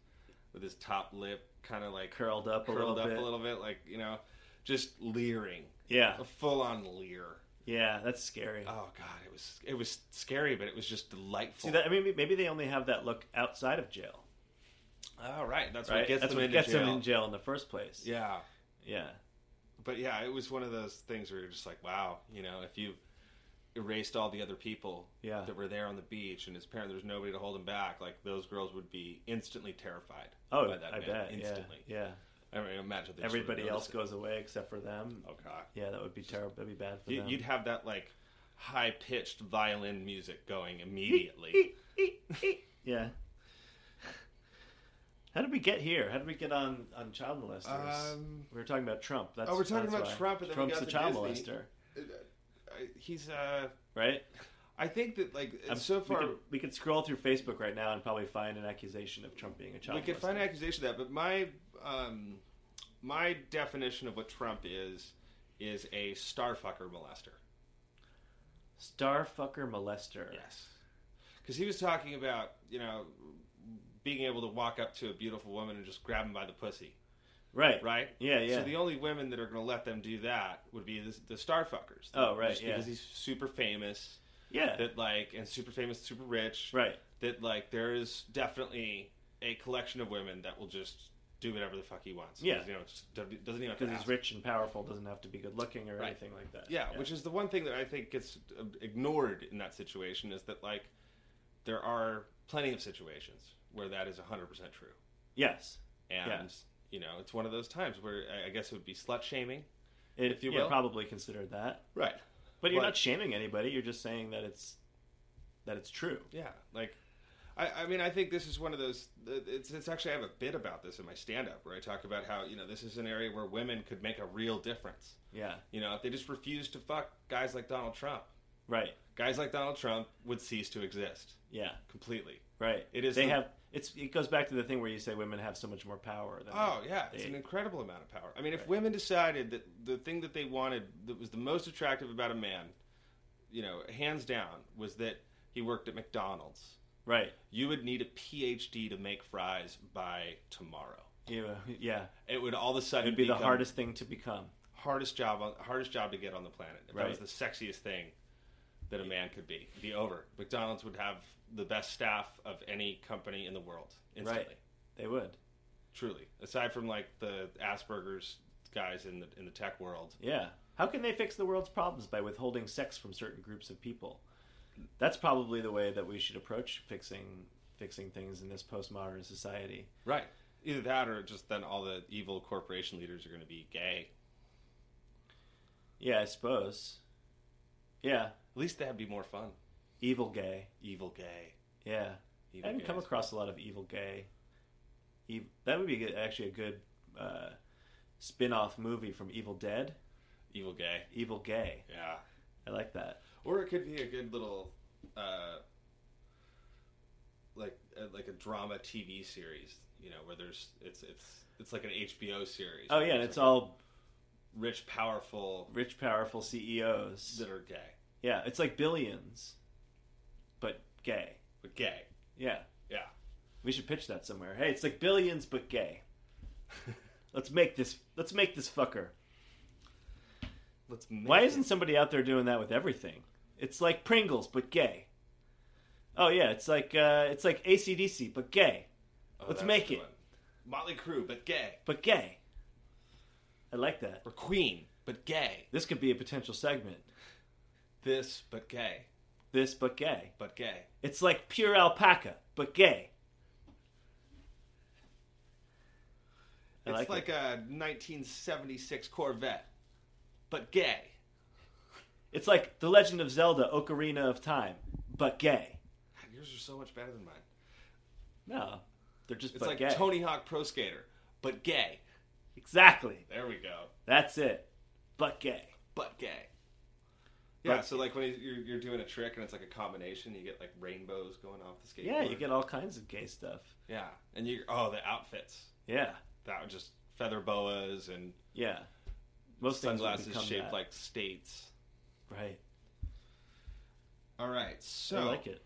with his top lip kind of like Curled up a curled little up bit. a little bit, like you know, just leering, Yeah. a full on leer. Yeah. That's scary. Oh god, it was it was scary, but it was just delightful. See that? I mean, maybe they only have that look outside of jail. oh, right, that's right. what gets That's them what into gets jail. them in jail in the first place. Yeah, Yeah. but yeah, it was one of those things where you're just like, wow, you know, if you erased all the other people Yeah. that were there on the beach and his parent, there's nobody to hold him back. Like those girls would be instantly terrified. Oh, by that I man, bet. instantly. Yeah. yeah. I mean, imagine if they just would've Everybody else noticed goes away except for them. it. Oh god. Yeah, that would be terrible. That'd be bad for You, them. you'd have that like high pitched violin music going immediately. yeah. How did we get here? How did we get on on child molesters? Um, we were talking about Trump. That's oh, we're talking that's about why. Trump, and then we Trump's got a to child Disney. molester, he's uh right? I think that like so far we could, we could scroll through Facebook right now and probably find an accusation of Trump being a child. we could find an molester. accusation of that, but my um, my definition of what Trump is is a starfucker molester. starfucker molester. Yes, because he was talking about you know being able to walk up to a beautiful woman and just grab him by the pussy, Right. right? Yeah, yeah. So the only women that are going to let them do that would be the, the starfuckers. Oh, right, Just yeah. Because he's super famous, yeah. that like, and super famous, super rich, right. that like there is definitely a collection of women that will just do whatever the fuck he wants. 'Cause, Yeah. you know, it's- doesn't even have to Because he's ask. rich and powerful, doesn't have to be good looking or Right. anything like that. Yeah, which is the one thing that I think gets uh, ignored in that situation is that like there are plenty of situations where that is 100% true. yes, And Yeah. you know, it's one of those times where I- I guess it would be slut shaming. if If you you yeah, will. probably considered that, Right. but you're But- not shaming anybody. You're just saying that it's that it's true. Yeah, like I, I mean, I think this is one of those. It's, it's actually I have a bit about this in my stand-up where I talk about how you know this is an area where women could make a real difference. Yeah. You know, if they just refused to fuck guys like Donald Trump, Right. guys like Donald Trump would cease to exist Yeah. completely. Right. It is They the- have. It's. It goes back to the thing where you say women have so much more power. Than Oh yeah, it's They- an incredible amount of power. I mean, if Right. women decided that the thing that they wanted that was the most attractive about a man, you know, hands down, was that he worked at McDonald's, Right. you would need a PhD to make fries by tomorrow. Yeah. Yeah. it would all of a sudden It'd be the become hardest thing to become. hardest job on hardest job to get on the planet. If That was Right. the sexiest thing that a man could be. It'd Be over. McDonald's would have the best staff of any company in the world instantly. Right. They would. Truly, aside from like the Asperger's guys in the in the tech world. Yeah. How can they fix the world's problems by withholding sex from certain groups of people? That's probably the way that we should approach fixing fixing things in this postmodern society. Right. Either that, or just then all the evil corporation leaders are going to be gay. Yeah, I suppose. Yeah, At least that'd be more fun. evil gay. Evil gay. Yeah, I Evil haven't come gays. across a lot of evil gay. Ev- that would be good, actually a good uh, spin-off movie from Evil Dead. Evil gay. Evil gay. Yeah. I like that. or it could be a good little uh like uh, like a drama tv series you know where there's it's it's it's like an hbo series Oh yeah, and it's like all rich powerful rich, powerful CEOs. that are gay Yeah, it's like Billions, but gay. but gay Yeah. yeah We should pitch that somewhere. Hey, it's like billions but <laughs> gay. let's make this let's make this fucker. let's make Why it. isn't somebody out there doing that with everything? It's like Pringles but gay. Oh yeah, it's like uh, it's like ACDC but gay. Oh, let's that's make the it. one. motley Crue, but gay But gay. I like that. or queen but gay This could be a potential segment. this but gay This but gay. but gay It's like pure alpaca but gay. I it's like like, it. a 1976 corvette but gay It's like The Legend of Zelda Ocarina of Time but gay. God, yours are so much better than mine No. They're just It's but like gay. Tony Hawk Pro Skater, but gay. Exactly. There we go. That's it. But gay. But gay. Yeah, But- so like when you're, you're doing a trick and it's like a combination, you get like rainbows going off the skateboard. Yeah, you get all kinds of gay stuff. Yeah, and you oh the outfits Yeah. that would just feather boas and Yeah. Most things would sunglasses become shaped that. like states. Right. All right, so I like it.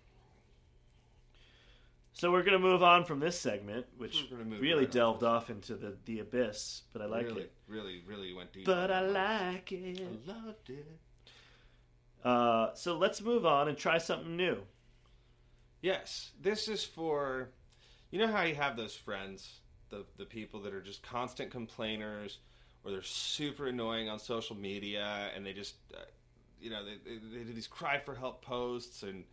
So we're going to move on from this segment, which We're gonna move really right on. delved off into the, the abyss, but I like really, Um, it. really, really went deep. on But I that one. like it. I loved it. Uh, so let's move on and try something new. Yes, this is for you know how you have those friends, the the people that are just constant complainers or they're super annoying on social media and they just uh, you know they, they, they do these cry for help posts and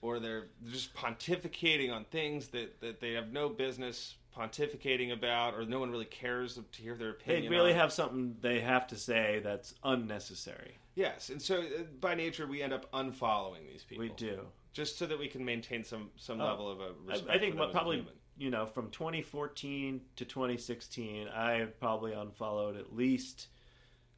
or they're just pontificating on things that, that they have no business pontificating about or no one really cares to hear their opinion They really on. have something they have to say that's unnecessary. yes and so uh, by nature we end up unfollowing these people We do. just so that we can maintain some some Oh. level of a I- respect I, think for them what as a probably human. you know from 2014 to 2016, I probably unfollowed at least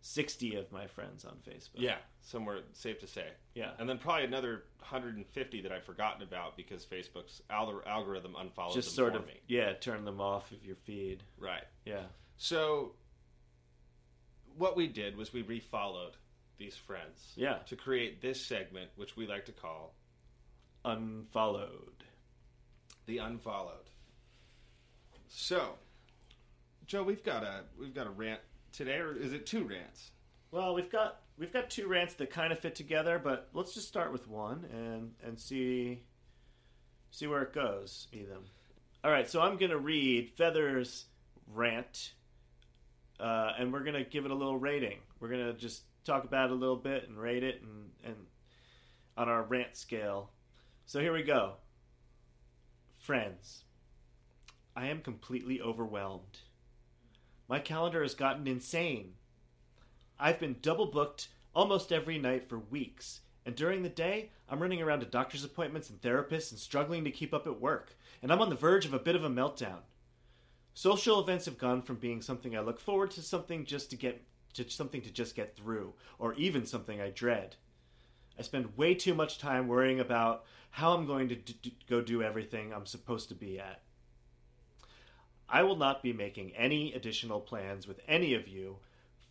60 of my friends on Facebook. Yeah, somewhere safe to say. Yeah. And then probably another 150 that I've forgotten about because Facebook's al- algorithm unfollows Just them sort for of, me. yeah, turn them off of your feed. Right. Yeah. So what we did was we refollowed these friends Yeah. to create this segment, which we like to call Unfollowed. the unfollowed. So, Joe, we've got a we've got a rant today, or is it two rants? Well, we've got we've got two rants that kind of fit together, but let's just start with one and and see see where it goes, Ethan. All right, so I'm going to read Feather's rant, uh, and we're going to give it a little rating. We're going to just talk about it a little bit and rate it, and and on our rant scale. So here we go. Friends, I am completely overwhelmed. My calendar has gotten insane. I've been double booked almost every night for weeks, and during the day, I'm running around to doctor's appointments and therapists and struggling to keep up at work, and I'm on the verge of a bit of a meltdown. Social events have gone from being something I look forward to something just to get to something to just get through, or even something I dread. I spend way too much time worrying about how I'm going to d- d- go do everything I'm supposed to be at. I will not be making any additional plans with any of you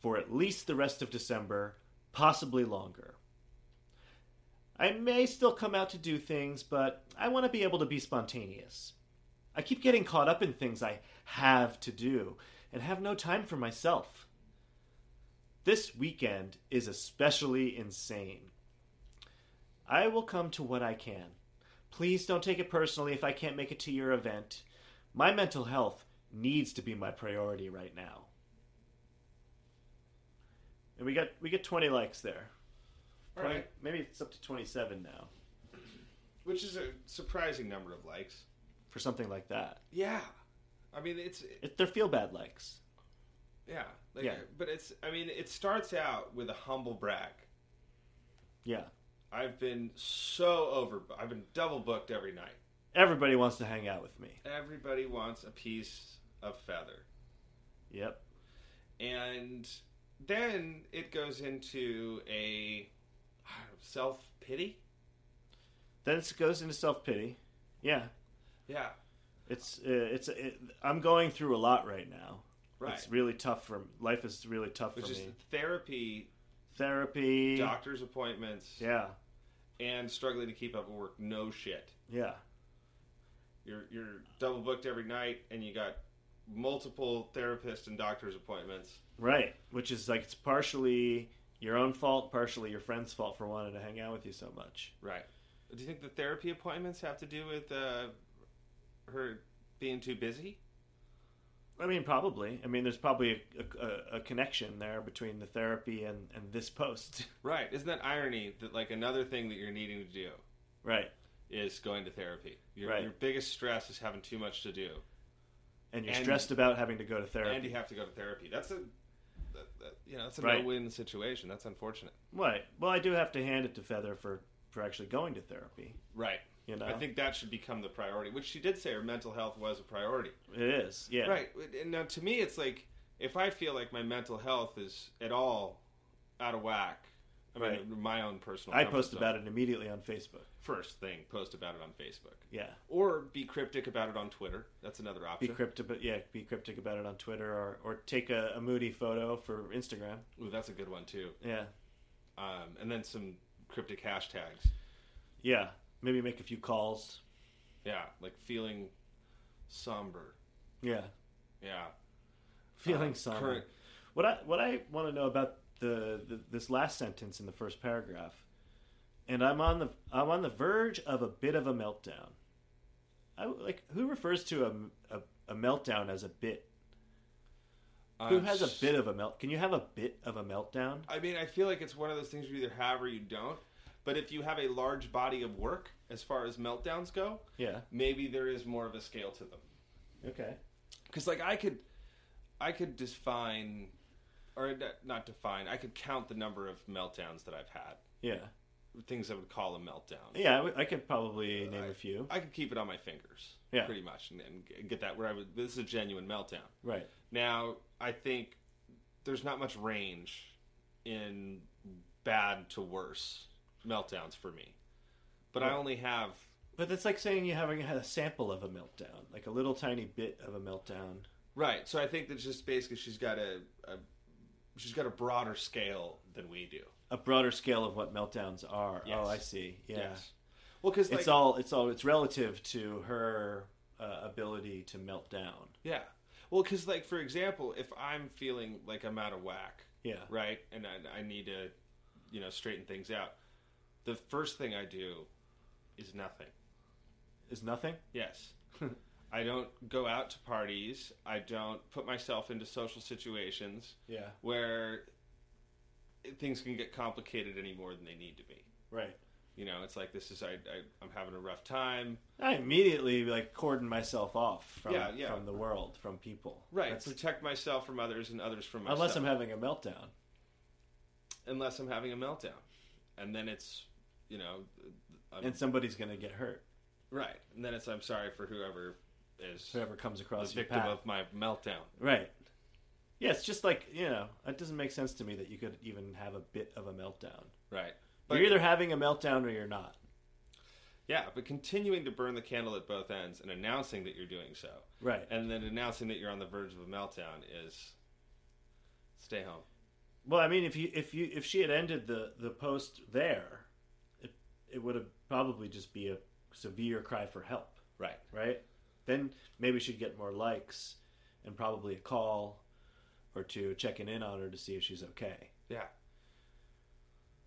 for at least the rest of December, possibly longer. I may still come out to do things, but I want to be able to be spontaneous. I keep getting caught up in things I have to do and have no time for myself. This weekend is especially insane. I will come to what I can. Please don't take it personally if I can't make it to your event. My mental health needs to be my priority right now. And we got we get 20 likes there. 20, Maybe it's up to 27 now which is a surprising number of likes. for something like that. Yeah, I mean it's It, they're feel bad likes. yeah, like, Yeah. But it's I mean it starts out with a humble brag. Yeah. I've been so over. I've been double booked every night. Everybody wants to hang out with me. Everybody wants a piece of feather, Yep. and then it goes into a self pity. Then it goes into self pity. Yeah. Yeah, It's uh, it's it, I'm going through a lot right now. right. It's really tough for life is really tough Which for is me. therapy, Therapy. doctor's appointments, Yeah. and struggling to keep up with work. No shit. Yeah. You're you're double booked every night, and you got multiple therapist and doctor's appointments. Right. Which is like it's partially your own fault, partially your friend's fault for wanting to hang out with you so much. Right. Do you think the therapy appointments have to do with uh, her being too busy? I mean, probably. I mean, there's probably a, a, a connection there between the therapy and, and this post. <laughs> Right. Isn't that irony that like another thing that you're needing to do right. is going to therapy? Your, Right. your biggest stress is having too much to do, And you're And- stressed about having to go to therapy. and you have to go to therapy. That's a that, that- you know that's a Right. no-win situation. That's unfortunate. right. Well, I do have to hand it to Feather for, for actually going to therapy. Right. You know? I think that should become the priority, which she did say her mental health was a priority. it is. Yeah. Right. And now to me, it's like if I feel like my mental health is at all out of whack, I mean, Right. my own personal. I comfort post zone. about it immediately on Facebook. First thing, post about it on Facebook. Yeah. Or be cryptic about it on Twitter. That's another Be option. cryptic, but yeah, be cryptic about it on Twitter or, or take a, a moody photo for Instagram. Ooh, that's a good one, too. Yeah. Um, and then some cryptic hashtags. Yeah. Maybe make a few calls. Yeah, like feeling somber. Yeah. Yeah. Feeling Uh, somber. current- What I what I want to know about the, the this last sentence in the first paragraph, and I'm on the I'm on the verge of a bit of a meltdown. I like who refers to a a, a meltdown as a bit. Who um, has a bit of a melt? Can you have a bit of a meltdown? I mean, I feel like it's one of those things you either have or you don't. But if you have a large body of work as far as meltdowns go, Yeah. maybe there is more of a scale to them. Okay. Because like I could, I could define, or n- not define. I could count the number of meltdowns that I've had. Yeah. Things I would call a meltdown. Yeah. I, w- I could probably name I- a few. I could keep it on my fingers, Yeah. pretty much, and, and g- get that where I would. This is a genuine meltdown. Right. Now I think there's not much range in bad to worse meltdowns for me. But I only have But that's like saying you haven't had a sample of a meltdown, like a little tiny bit of a meltdown. right. So I think that just basically she's got a, a she's got a broader scale than we do. A broader scale of what meltdowns are. Yes. Oh, I see. Yeah. Yes. Well, because like, it's all it's all it's relative to her uh, ability to melt down. yeah. Well, because like for example, if I'm feeling like I'm out of whack, Yeah. right, and I, I need to, you know, straighten things out, the first thing I do is nothing. Is nothing? <laughs> Yes. I don't go out to parties. I don't put myself into social situations Yeah. where things can get complicated any more than they need to be. Right. You know, it's like this is I, I I'm having a rough time. I immediately like cordon myself off from Yeah, yeah. from the world, from people. Right. That's- Protect myself from others and others from myself. unless I'm having a meltdown. unless I'm having a meltdown, and then it's you know, I'm, and somebody's going to get hurt. right, and then it's I'm sorry for whoever is Whoever comes the across your victim path. of my meltdown. Right. Yeah, it's just like you know, it doesn't make sense to me that you could even have a bit of a meltdown. Right. But- you're either having a meltdown or you're not. Yeah, but continuing to burn the candle at both ends and announcing that you're doing so, Right. and then announcing that you're on the verge of a meltdown is stay home. Well, I mean, if you if you if she had ended the the post there, it it would have probably just be a severe cry for help, Right. right? Then maybe she'd get more likes and probably a call or two checking in on her to see if she's okay. Yeah.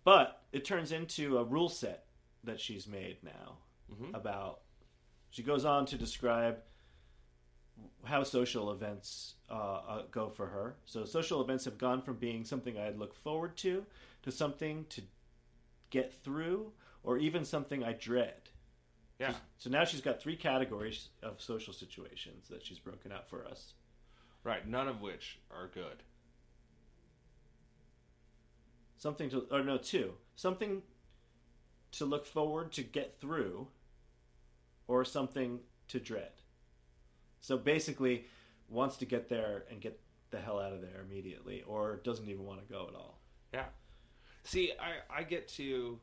But it turns into a rule set that she's made now Mhm. about. She goes on to describe how social events uh, uh, go for her. So social events have gone from being something I'd look forward to to something to get through, or even something I dread. Yeah. So now she's got three categories of social situations that she's broken out for us. Right. None of which are good. Something to, or no, two. Something to look forward to get through, or something to dread. So basically, wants to get there and get the hell out of there immediately, or doesn't even want to go at all. Yeah. See, I, I get to,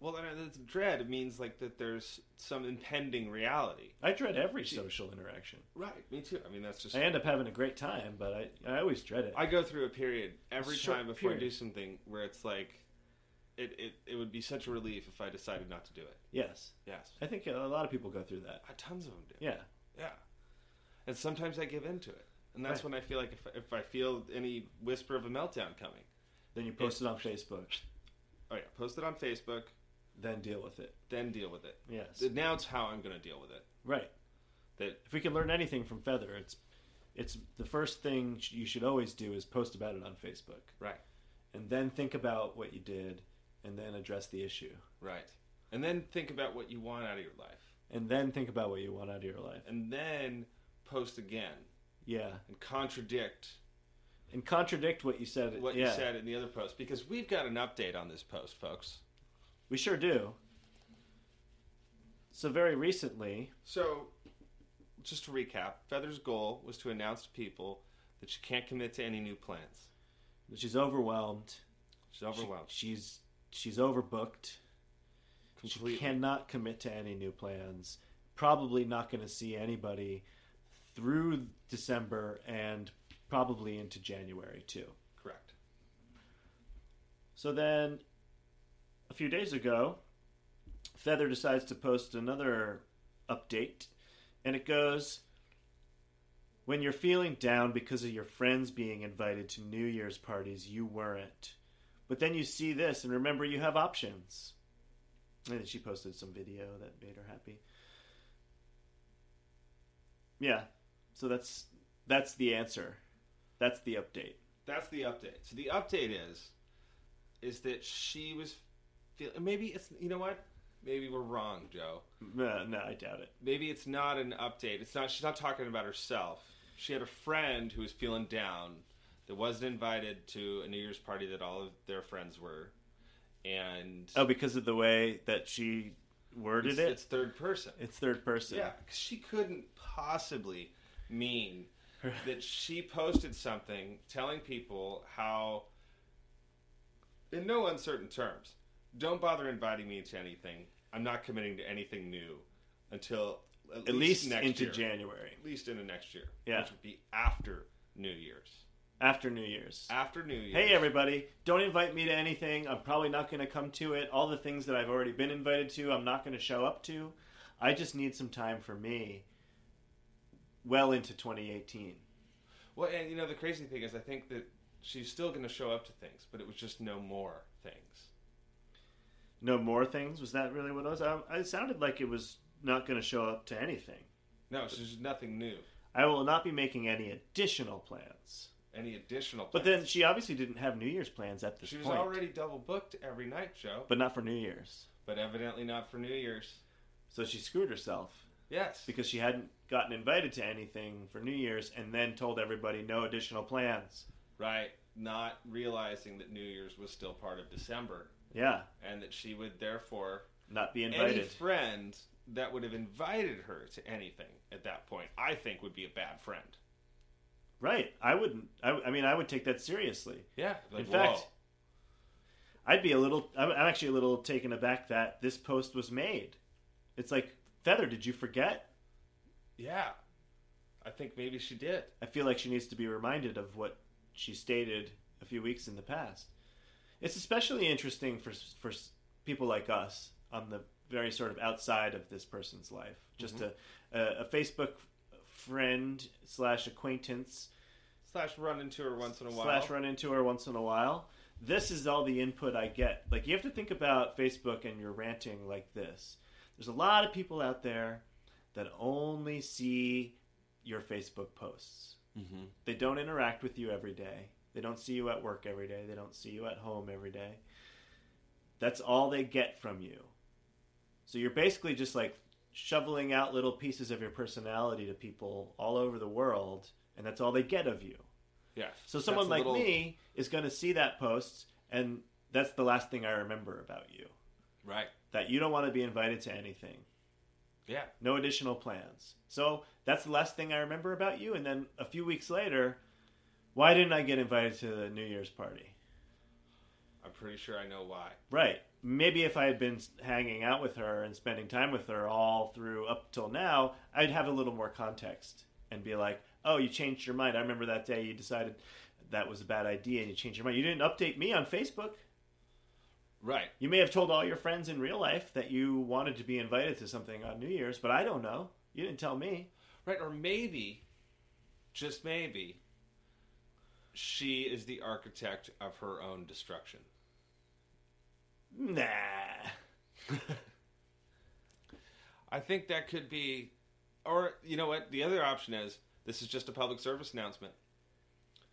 well, and that's dread means like that there's some impending reality. I dread every social interaction. Right. Me too. I mean, that's just. I end up having a great time, but I, I always dread it. I go through a period every Short time before I do period. something where it's like, it, it, it would be such a relief if I decided not to do it. yes. Yes. I think a lot of people go through that. Uh, Tons of them do. Yeah. Yeah. And sometimes I give in to it. And that's Right. when I feel like if, if I feel any whisper of a meltdown coming, Then you post it on Facebook, oh yeah, post it on Facebook, then deal with it. then deal with it. Yes. Now it's how I'm going to deal with it. Right. That- if we can learn anything from Feather, it's it's the first thing sh- you should always do is post about it on Facebook, Right. and then think about what you did, and then address the issue, Right. And then think about what you want out of your life. and then think about what you want out of your life. And then post again Yeah, and contradict and contradict what you said. what Uh, yeah, you said in the other post because we've got an update on this post, folks. we sure do. So very recently, So, just to recap, Feather's goal was to announce to people that she can't commit to any new plans. she's overwhelmed. She's overwhelmed. She, she's she's overbooked. completely. She cannot commit to any new plans. Probably not going to see anybody through December and probably into January too. Correct. So then, a few days ago, Feather decides to post another update, and it goes When you're feeling down because of your friends being invited to New Year's parties, you weren't. But then you see this, and remember you have options. And then she posted some video that made her happy. Yeah, so that's that's the answer. That's the update. That's the update. So the update is, is that she was, feel, maybe it's you know what, maybe we're wrong, Joe. Uh, No, no, I doubt it. Maybe it's not an update. It's not. She's not talking about herself. She had a friend who was feeling down, that wasn't invited to a New Year's party that all of their friends were, and Oh, because of the way that she worded it's, it? it's third person. It's third person. Yeah, 'cause she couldn't possibly <laughs> mean that she posted something telling people how in no uncertain terms, don't bother inviting me to anything. I'm not committing to anything new until at, At least next into year. January, At least into next year, Yeah. which would be after New Year's. after New Year's. After New Year's. Hey everybody, don't invite me to anything. I'm probably not going to come to it. All the things that I've already been invited to, I'm not going to show up to. I just need some time for me well into 2018. Well, and you know the crazy thing is, I think that she's still going to show up to things, but it was just no more things. No more things? Was that really what it was? I, I sounded like it was not going to show up to anything. No, it's just nothing new. I will not be making any additional plans. Any additional. But plans. then she obviously didn't have New Year's plans at this she was point. already double booked every night, Joe. But not for New Year's. But evidently not for New Year's. So she screwed herself Yes. because she hadn't gotten invited to anything for New Year's and then told everybody no additional plans. Right. Not realizing that New Year's was still part of December, Yeah, and that she would therefore not be any invited. friend that would have invited her to anything at that point, I think, would be a bad friend. Right. I wouldn't I, I mean I would take that seriously. Yeah. In Like, fact, whoa. I'd be a little I'm, I'm actually a little taken aback that this post was made. It's like, "Feather, did you forget?" yeah. I think maybe she did. I feel like she needs to be reminded of what she stated a few weeks in the past. It's especially interesting for for s- people like us on the very sort of outside of this person's life, just Mm-hmm. a, a a Facebook friend slash acquaintance Slash run into her once in a while. slash run into her once in a while. This is all the input I get. Like you have to think about Facebook and your ranting like this. There's a lot of people out there that only see your Facebook posts. Mm-hmm. They don't interact with you every day. They don't see you at work every day. They don't see you at home every day. That's all they get from you. So you're basically just like shoveling out little pieces of your personality to people all over the world, and that's all they get of you. Yeah. So someone That's like a little- me is going to see that post, and that's the last thing I remember about you. Right. That you don't want to be invited to anything Yeah. no additional plans. So that's the last thing I remember about you. And then a few weeks later, why didn't I get invited to the New Year's party? I'm pretty sure I know why. Right. Maybe if I had been hanging out with her and spending time with her all through up till now, I'd have a little more context and be like, oh, you changed your mind. I remember that day you decided that was a bad idea and you changed your mind. You didn't update me on Facebook. Right. You may have told all your friends in real life that you wanted to be invited to something on New Year's, but I don't know. You didn't tell me. Right. Or maybe, just maybe, she is the architect of her own destruction. Nah. I think that could be, or you know what? The other option is this is just a public service announcement.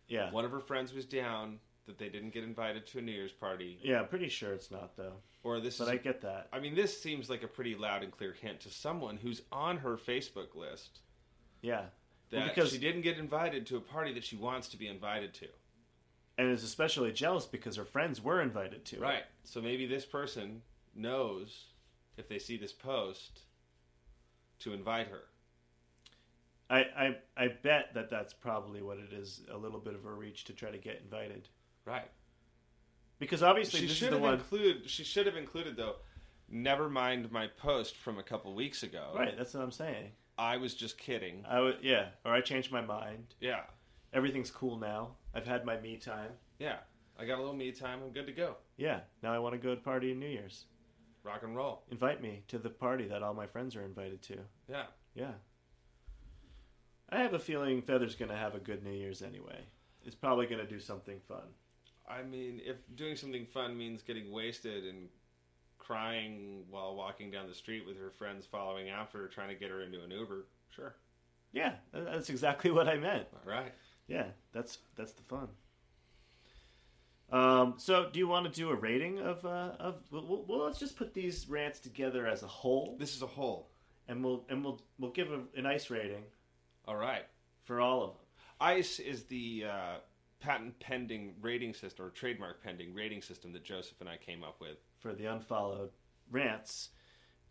Yeah. One of her friends was down that they didn't get invited to a New Year's party, Yeah, I'm pretty sure it's not though. or this But is. I get that. I mean, this seems like a pretty loud and clear hint to someone who's on her Facebook list Yeah. that Well, because- she didn't get invited to a party that she wants to be invited to. And is especially jealous because her friends were invited to. it. Right. So maybe this person knows if they see this post to invite her. I, I I bet that that's probably what it is. A little bit of a reach to try to get invited Right. because obviously She this should is the have one. include. She should have included though. Never mind my post from a couple weeks ago. Right. That's what I'm saying. I was just kidding. I would yeah. Or I changed my mind. Yeah. Everything's cool now. I've had my me time. Yeah. I got a little me time. I'm good to go. Yeah. Now I want to go to party in New Year's. Rock and roll. Invite me to the party that all my friends are invited to. Yeah. Yeah. I have a feeling Feather's going to have a good New Year's anyway. It's probably going to do something fun. I mean, if doing something fun means getting wasted and crying while walking down the street with her friends following after, her, trying to get her into an Uber, sure. Yeah, tha- that's exactly <laughs> what I meant. All right. Yeah, that's that's the fun. Um, so, do you want to do a rating of uh, of well, well? Let's just put these rants together as a whole, This is a whole. and we'll and we'll we'll give a, an ice rating All right. for all of them. ICE is the uh, patent pending rating system or trademark pending rating system that Joseph and I came up with. for the unfollowed rants.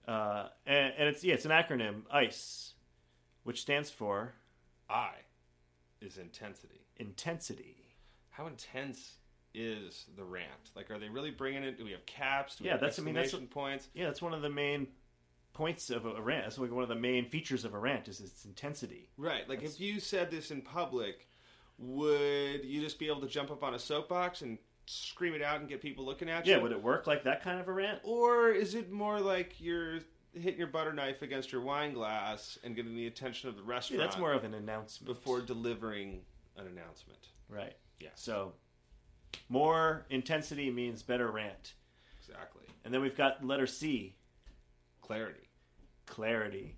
Uh, and, and it's yeah, it's an acronym, ICE, which stands for I is intensity. intensity. How intense is the rant? Like, are they really bringing it? Do we have caps? Do we Yeah, have that's- I mean, that's exclamation points. Yeah, that's one of the main points of a rant. That's like one of the main features of a rant is its intensity. Right. Like, That's- if you said this in public, would you just be able to jump up on a soapbox and scream it out and get people looking at you? Yeah, would it work like that kind of a rant? Or is it more like you're hitting your butter knife against your wine glass and getting the attention of the Yeah, restaurant that's more of an announcement. before delivering an announcement? right? Yeah. So more intensity means better rant. Exactly. And then we've got letter C, Clarity. clarity.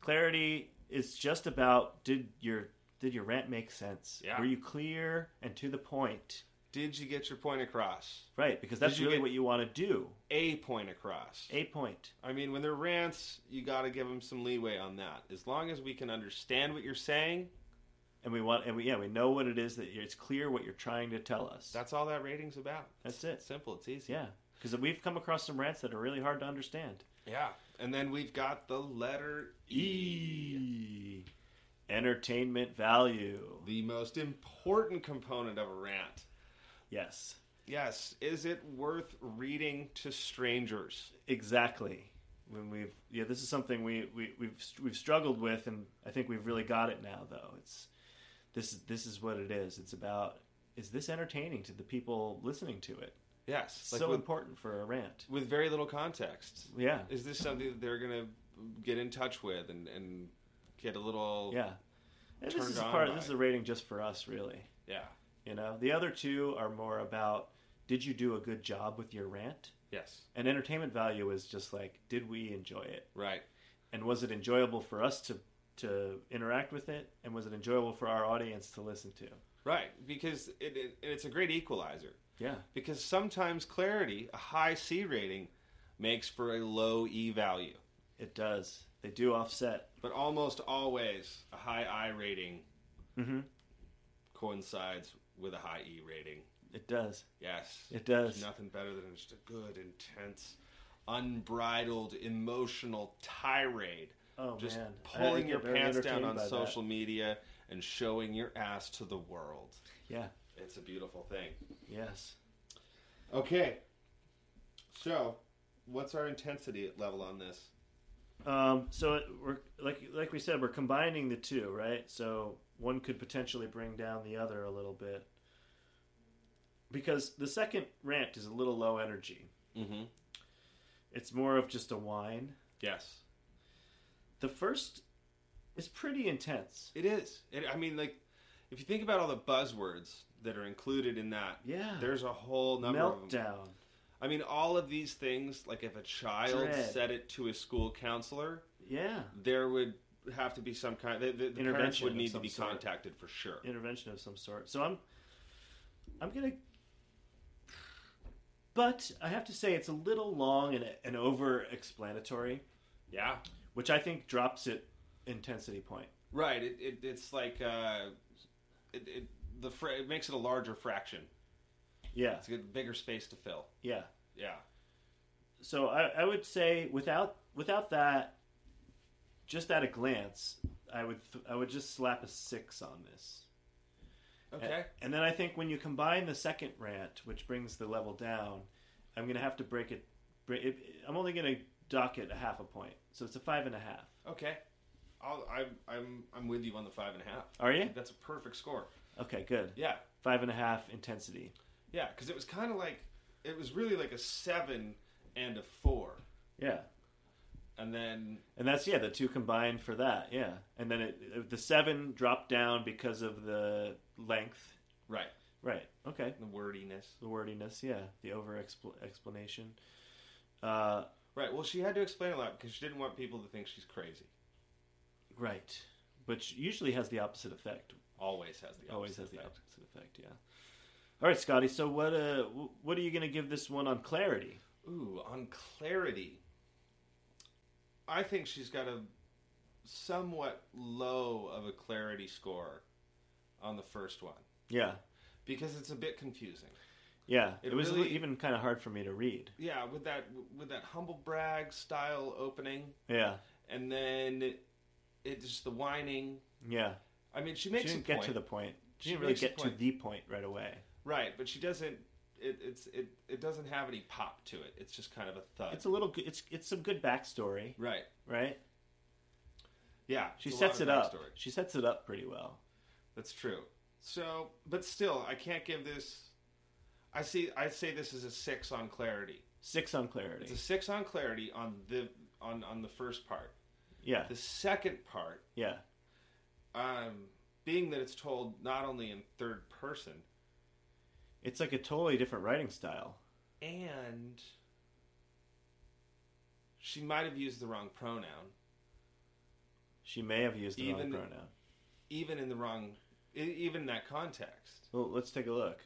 Clarity is just about did your did your rant make sense? Yeah. Were you clear and to the point? Did you get your point across? Right, because Did that's you really get- what you want to do. A point across. A point. I mean, when they're rants, you got to give them some leeway on that. As long as we can understand what you're saying, And we want and we yeah, we know what it is that you it's clear what you're trying to tell us. that's all that rating's about. That's It's it. simple. It's easy. Yeah. Because we've come across some rants that are really hard to understand. Yeah. And then we've got the letter E, E. Entertainment value. the most important component of a rant. Yes. Yes. Is it worth reading to strangers? Exactly. When we've yeah, this is something we, we we've we've struggled with, and I think we've really got it now. Though it's this is this is what it is. It's about is this entertaining to the people listening to it? Yes. so with, important for a rant. with very little context. Yeah, Is this something that they're going to get in touch with and, and get a little. yeah. And this Turned is a on part. by This is it. a rating just for us, really. Yeah. You know, the other two are more about did you do a good job with your rant? Yes. And entertainment value is just like did we enjoy it? Right. and was it enjoyable for us to to interact with it and was it enjoyable for our audience to listen to Right. Because it, it, it's a great equalizer. yeah Because sometimes clarity, a high C rating, makes for a low E value. it does they do offset But almost always, a high I rating mm-hmm. coincides with a high E rating. it does Yes. it There's does nothing better than just a good, intense, unbridled, emotional tirade. oh just man I- I pulling get your very pants down entertained on by that. social media and showing your ass to the world. yeah It's a beautiful thing. yes Okay. So, what's our intensity level on this? um, so it- we're like like we said we're combining the two right so one could potentially bring down the other a little bit because the second rant is a little low energy Mm-hmm. it's more of just a whine Yes. the first is pretty intense It is. It, I mean, like, if you think about all the buzzwords that are included in that, Yeah. there's a whole number of them. Meltdown. I mean, all of these things, like if a child Dread. said it to a school counselor, Yeah. there would have to be some kind the, the, the parents Intervention would of need to some be sort. contacted for sure. Intervention of some sort. So I'm I'm gonna But I have to say it's a little long and, and over explanatory, Yeah. which I think drops it intensity point. Right. It, it, it's like uh, it, it, the fra- it makes it a larger fraction. Yeah, It's a good, bigger space to fill. yeah. Yeah. So I, I would say without without that just at a glance, I would th- I would just slap a six on this. Okay. And then I think when you combine the second rant, which brings the level down, I'm going to have to break it. Break, it I'm only going to dock it a half a point. So it's a five and a half. Okay. I'll, I'm I'm I'm with you on the five and a half. Are you? That's a perfect score. Okay, good. Yeah. Five and a half intensity. Yeah, because it was kind of like it was really like a seven and a four, Yeah. and then And that's, yeah, the two combined for that. Yeah. And then it, it- the seven dropped down because of the length. right Right. Okay. the wordiness. The wordiness. Yeah. The over expl- explanation. Uh, Right. Well, she had to explain a lot because she didn't want people to think she's crazy. right. Which usually has the opposite effect, Always has the always has opposite the effect. opposite effect. Yeah. All right, Scotty. So what uh wh- what are you going to give this one on clarity? Ooh, on clarity. I think she's got a somewhat low of a clarity score on the first one Yeah. because it's a bit confusing. Yeah. It, It was really- even kind of hard for me to read. Yeah, with that with that humble brag style opening Yeah. and then it, it's just the whining. Yeah. I mean, she She makes didn't a get point. to the point. She, She didn't really makes a get to point. the point right away. Right, but she doesn't. It, it's it, it doesn't have any pop to it. It's just kind of a thud. It's a little. g- It's it's some good backstory, right. right? Yeah. She it's a lot sets of it up. backstory. She sets it up pretty well. That's true. So, but still, I can't give this. I see. I say this is a six on clarity. Six on clarity. It's a six on clarity on the on on the first part. yeah, The second part, yeah, um, being that it's told not only in third person it's like a totally different writing style. and she might have used the wrong pronoun, She may have used the Even- wrong pronoun. even in the wrong, e- even in that context. Well, let's take a look.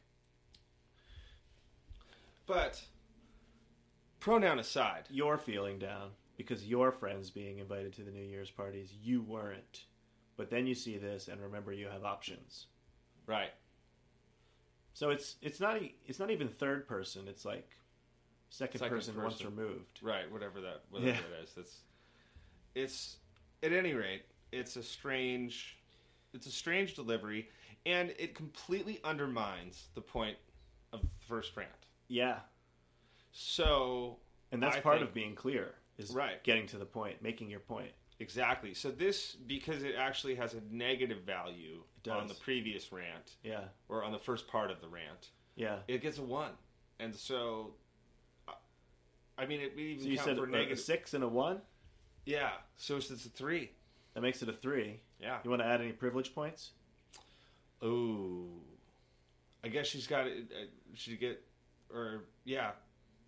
But pronoun aside, You're feeling down because your friends being invited to the New Year's parties, you weren't. But then you see this and remember you have options. right? So it's it's not e- it's not even third person. It's like second, Second person, once person. removed. Right, whatever that whatever Yeah. it is. That's it's at any rate, it's a strange it's a strange delivery and it completely undermines the point of the first rant. Yeah, So and that's I part think- of being clear is Right. getting to the point, making your point. exactly. So this because it actually has a negative value It on does. the previous rant Yeah, or on the first part of the rant, yeah. it gets a one. And so I- I mean, it we even So you count said for a, a negative. six and a one. yeah. So it's it's a three. That makes it a three. Yeah. You want to add any privilege points? Oh, I guess she's got it. uh, She get, or yeah,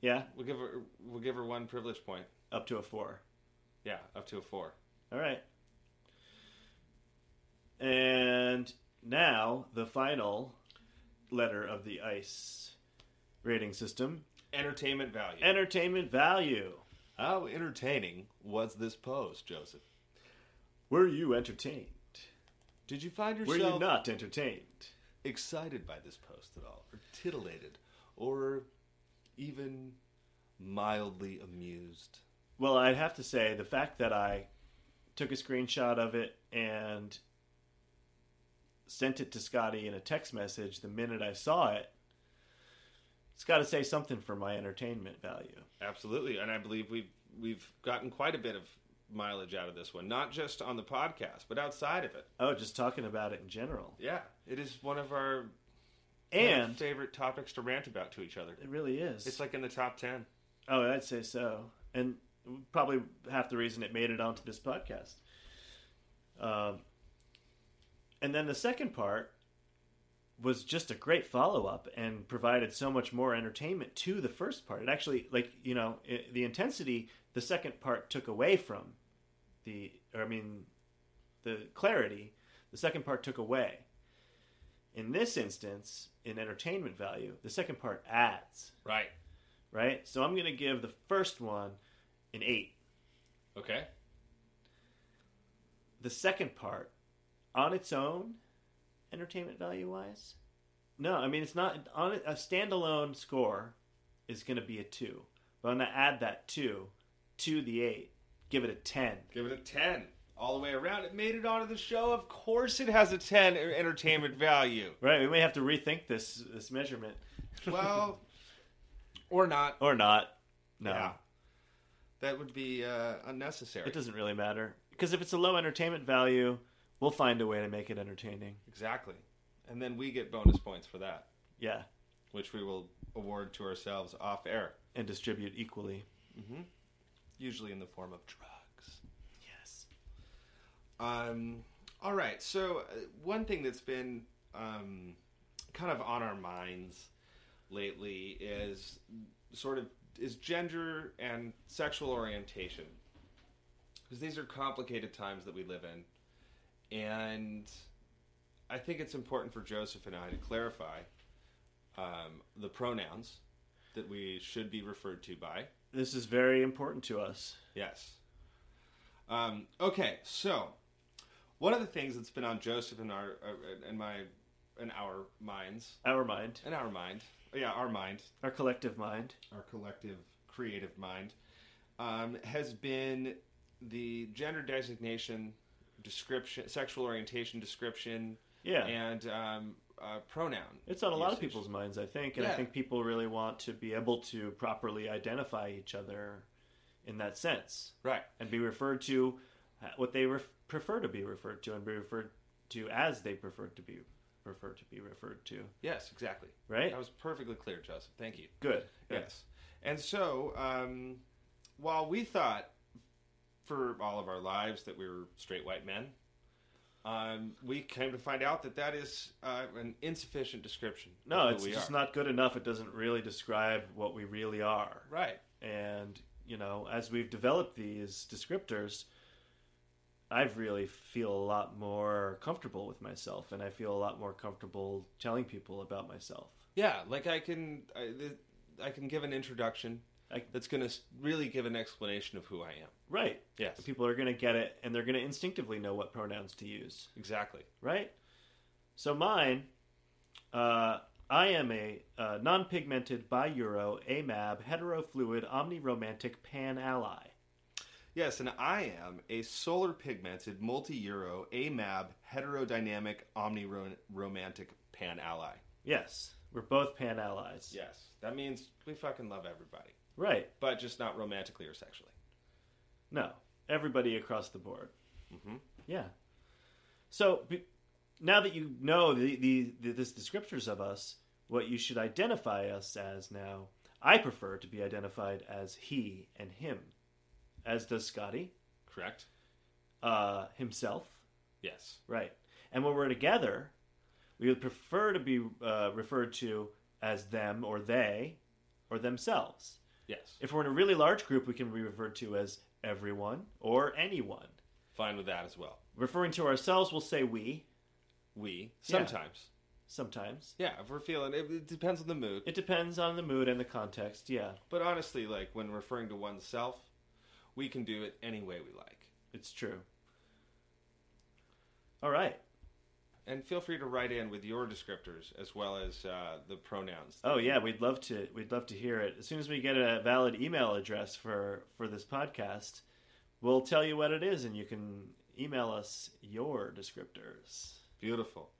Yeah, we'll give her we'll give her one privilege point. up to a four. Yeah, up to a four. All right. And now the final letter of the ICE rating system Entertainment value. entertainment value. How entertaining was this pose, Joseph? Were you entertained? Did you find Were yourself you not entertained? excited by this post at all, or titillated, or even mildly amused? Well, I'd have to say the fact that I took a screenshot of it and sent it to Scotty in a text message the minute I saw it, it's got to say something for my entertainment value. Absolutely, and I believe we've we've gotten quite a bit of mileage out of this one, not just on the podcast, but outside of it. Oh, just talking about it in general. Yeah, it is one of our And favorite topics to rant about to each other. It really is. It's like in the top ten. oh, I'd say so, and probably half the reason it made it onto this podcast. Um, and then the second part was just a great follow up and provided so much more entertainment to the first part. It actually, like you know, i the intensity the second part took away from the, or I mean, the clarity the second part took away. In this instance, in entertainment value, the second part adds Right. right? So I'm going to give the first one an 8. Okay. The second part, on its own, entertainment value wise, no, I mean, it's not on a standalone score is going to be a 2. But I'm going to add that 2 to the 8, give it a 10. Give it a ten all the way around. It made it onto the show. Of course, it has a ten er- <laughs> entertainment value. Right, we may have to rethink this this measurement Well, or not. or not. No. That would be uh, unnecessary. It doesn't really matter because if it's a low entertainment value, we'll find a way to make it entertaining. Exactly. And then we get bonus points for that, Yeah, which we will award to ourselves off air, and distribute equally. usually in the form of drugs. Yes. Um, all right. So uh, one thing that's been um, kind of on our minds lately is sort of is gender and sexual orientation because these are complicated times that we live in, and I think it's important for Joseph and I to clarify um, the pronouns that we should be referred to by. This is very important to us. Yes. Um, okay, so one of the things that's been on Joseph and our uh, and my and our minds Our mind, and our mind, yeah, our mind, our collective mind. our collective creative mind, um, has been the gender designation description, sexual orientation description, Yeah. and um, uh, pronoun. It's on a lot of usage. people's minds, I think, and I Yeah. think people really want to be able to properly identify each other in that sense Right. and be referred to uh, what they ref- prefer to be referred to and be referred to as they prefer to be referred to be referred to. Yes, exactly. Right? That was perfectly clear, Joseph. Thank you. Good. Yes. And so, um, while we thought for all of our lives that we were straight white men, um, we came to find out that that is uh, an insufficient description. of No, who it's we just are. not good enough. It doesn't really describe what we really are. right. and you know as we've developed these descriptors i really feel a lot more comfortable with myself and i feel a lot more comfortable telling people about myself Yeah, like I can, I, th- I can give an introduction I- that's going to really give an explanation of who I am. right Yes, people are going to get it and they're going to instinctively know what pronouns to use exactly. right so mine uh, i am a uh, non-pigmented bi-euro amab heterofluid omniromantic pan-ally Yes, and I am a solar pigmented, multi euro, AMAB, heterodynamic, omni-romantic pan ally. yes we're both pan-allies Yes, that means we fucking love everybody, right but just not romantically or sexually. No, everybody across the board. Mhm. Yeah. So be, now that you know the, the, the this descriptors of us, what you should identify us as now. I prefer to be identified as he and him, as does Scotty Correct? uh, himself, Yes. right? And when we're together, we would prefer to be uh, referred to as them or they or themselves. Yes. If we're in a really large group, we can be referred to as everyone or anyone. Fine with that as well. referring to ourselves we'll say we We, Yeah. sometimes. sometimes Yeah, if we're feeling it, it depends on the mood. it depends on the mood and the context yeah but honestly, like when referring to oneself, we can do it any way we like. it's true all right And feel free to write in with your descriptors as well as uh, the pronouns. oh yeah we'd love to we'd love to hear it as soon as we get a valid email address for for this podcast we'll tell you what it is and you can email us your descriptors Beautiful.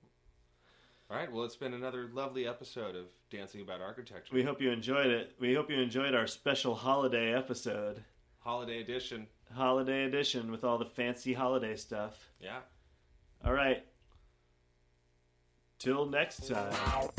All right. Well, it's been another lovely episode of Dancing About Architecture, we hope you enjoyed it we hope you enjoyed our special holiday episode holiday edition. holiday edition with all the fancy holiday stuff Yeah. all right till next time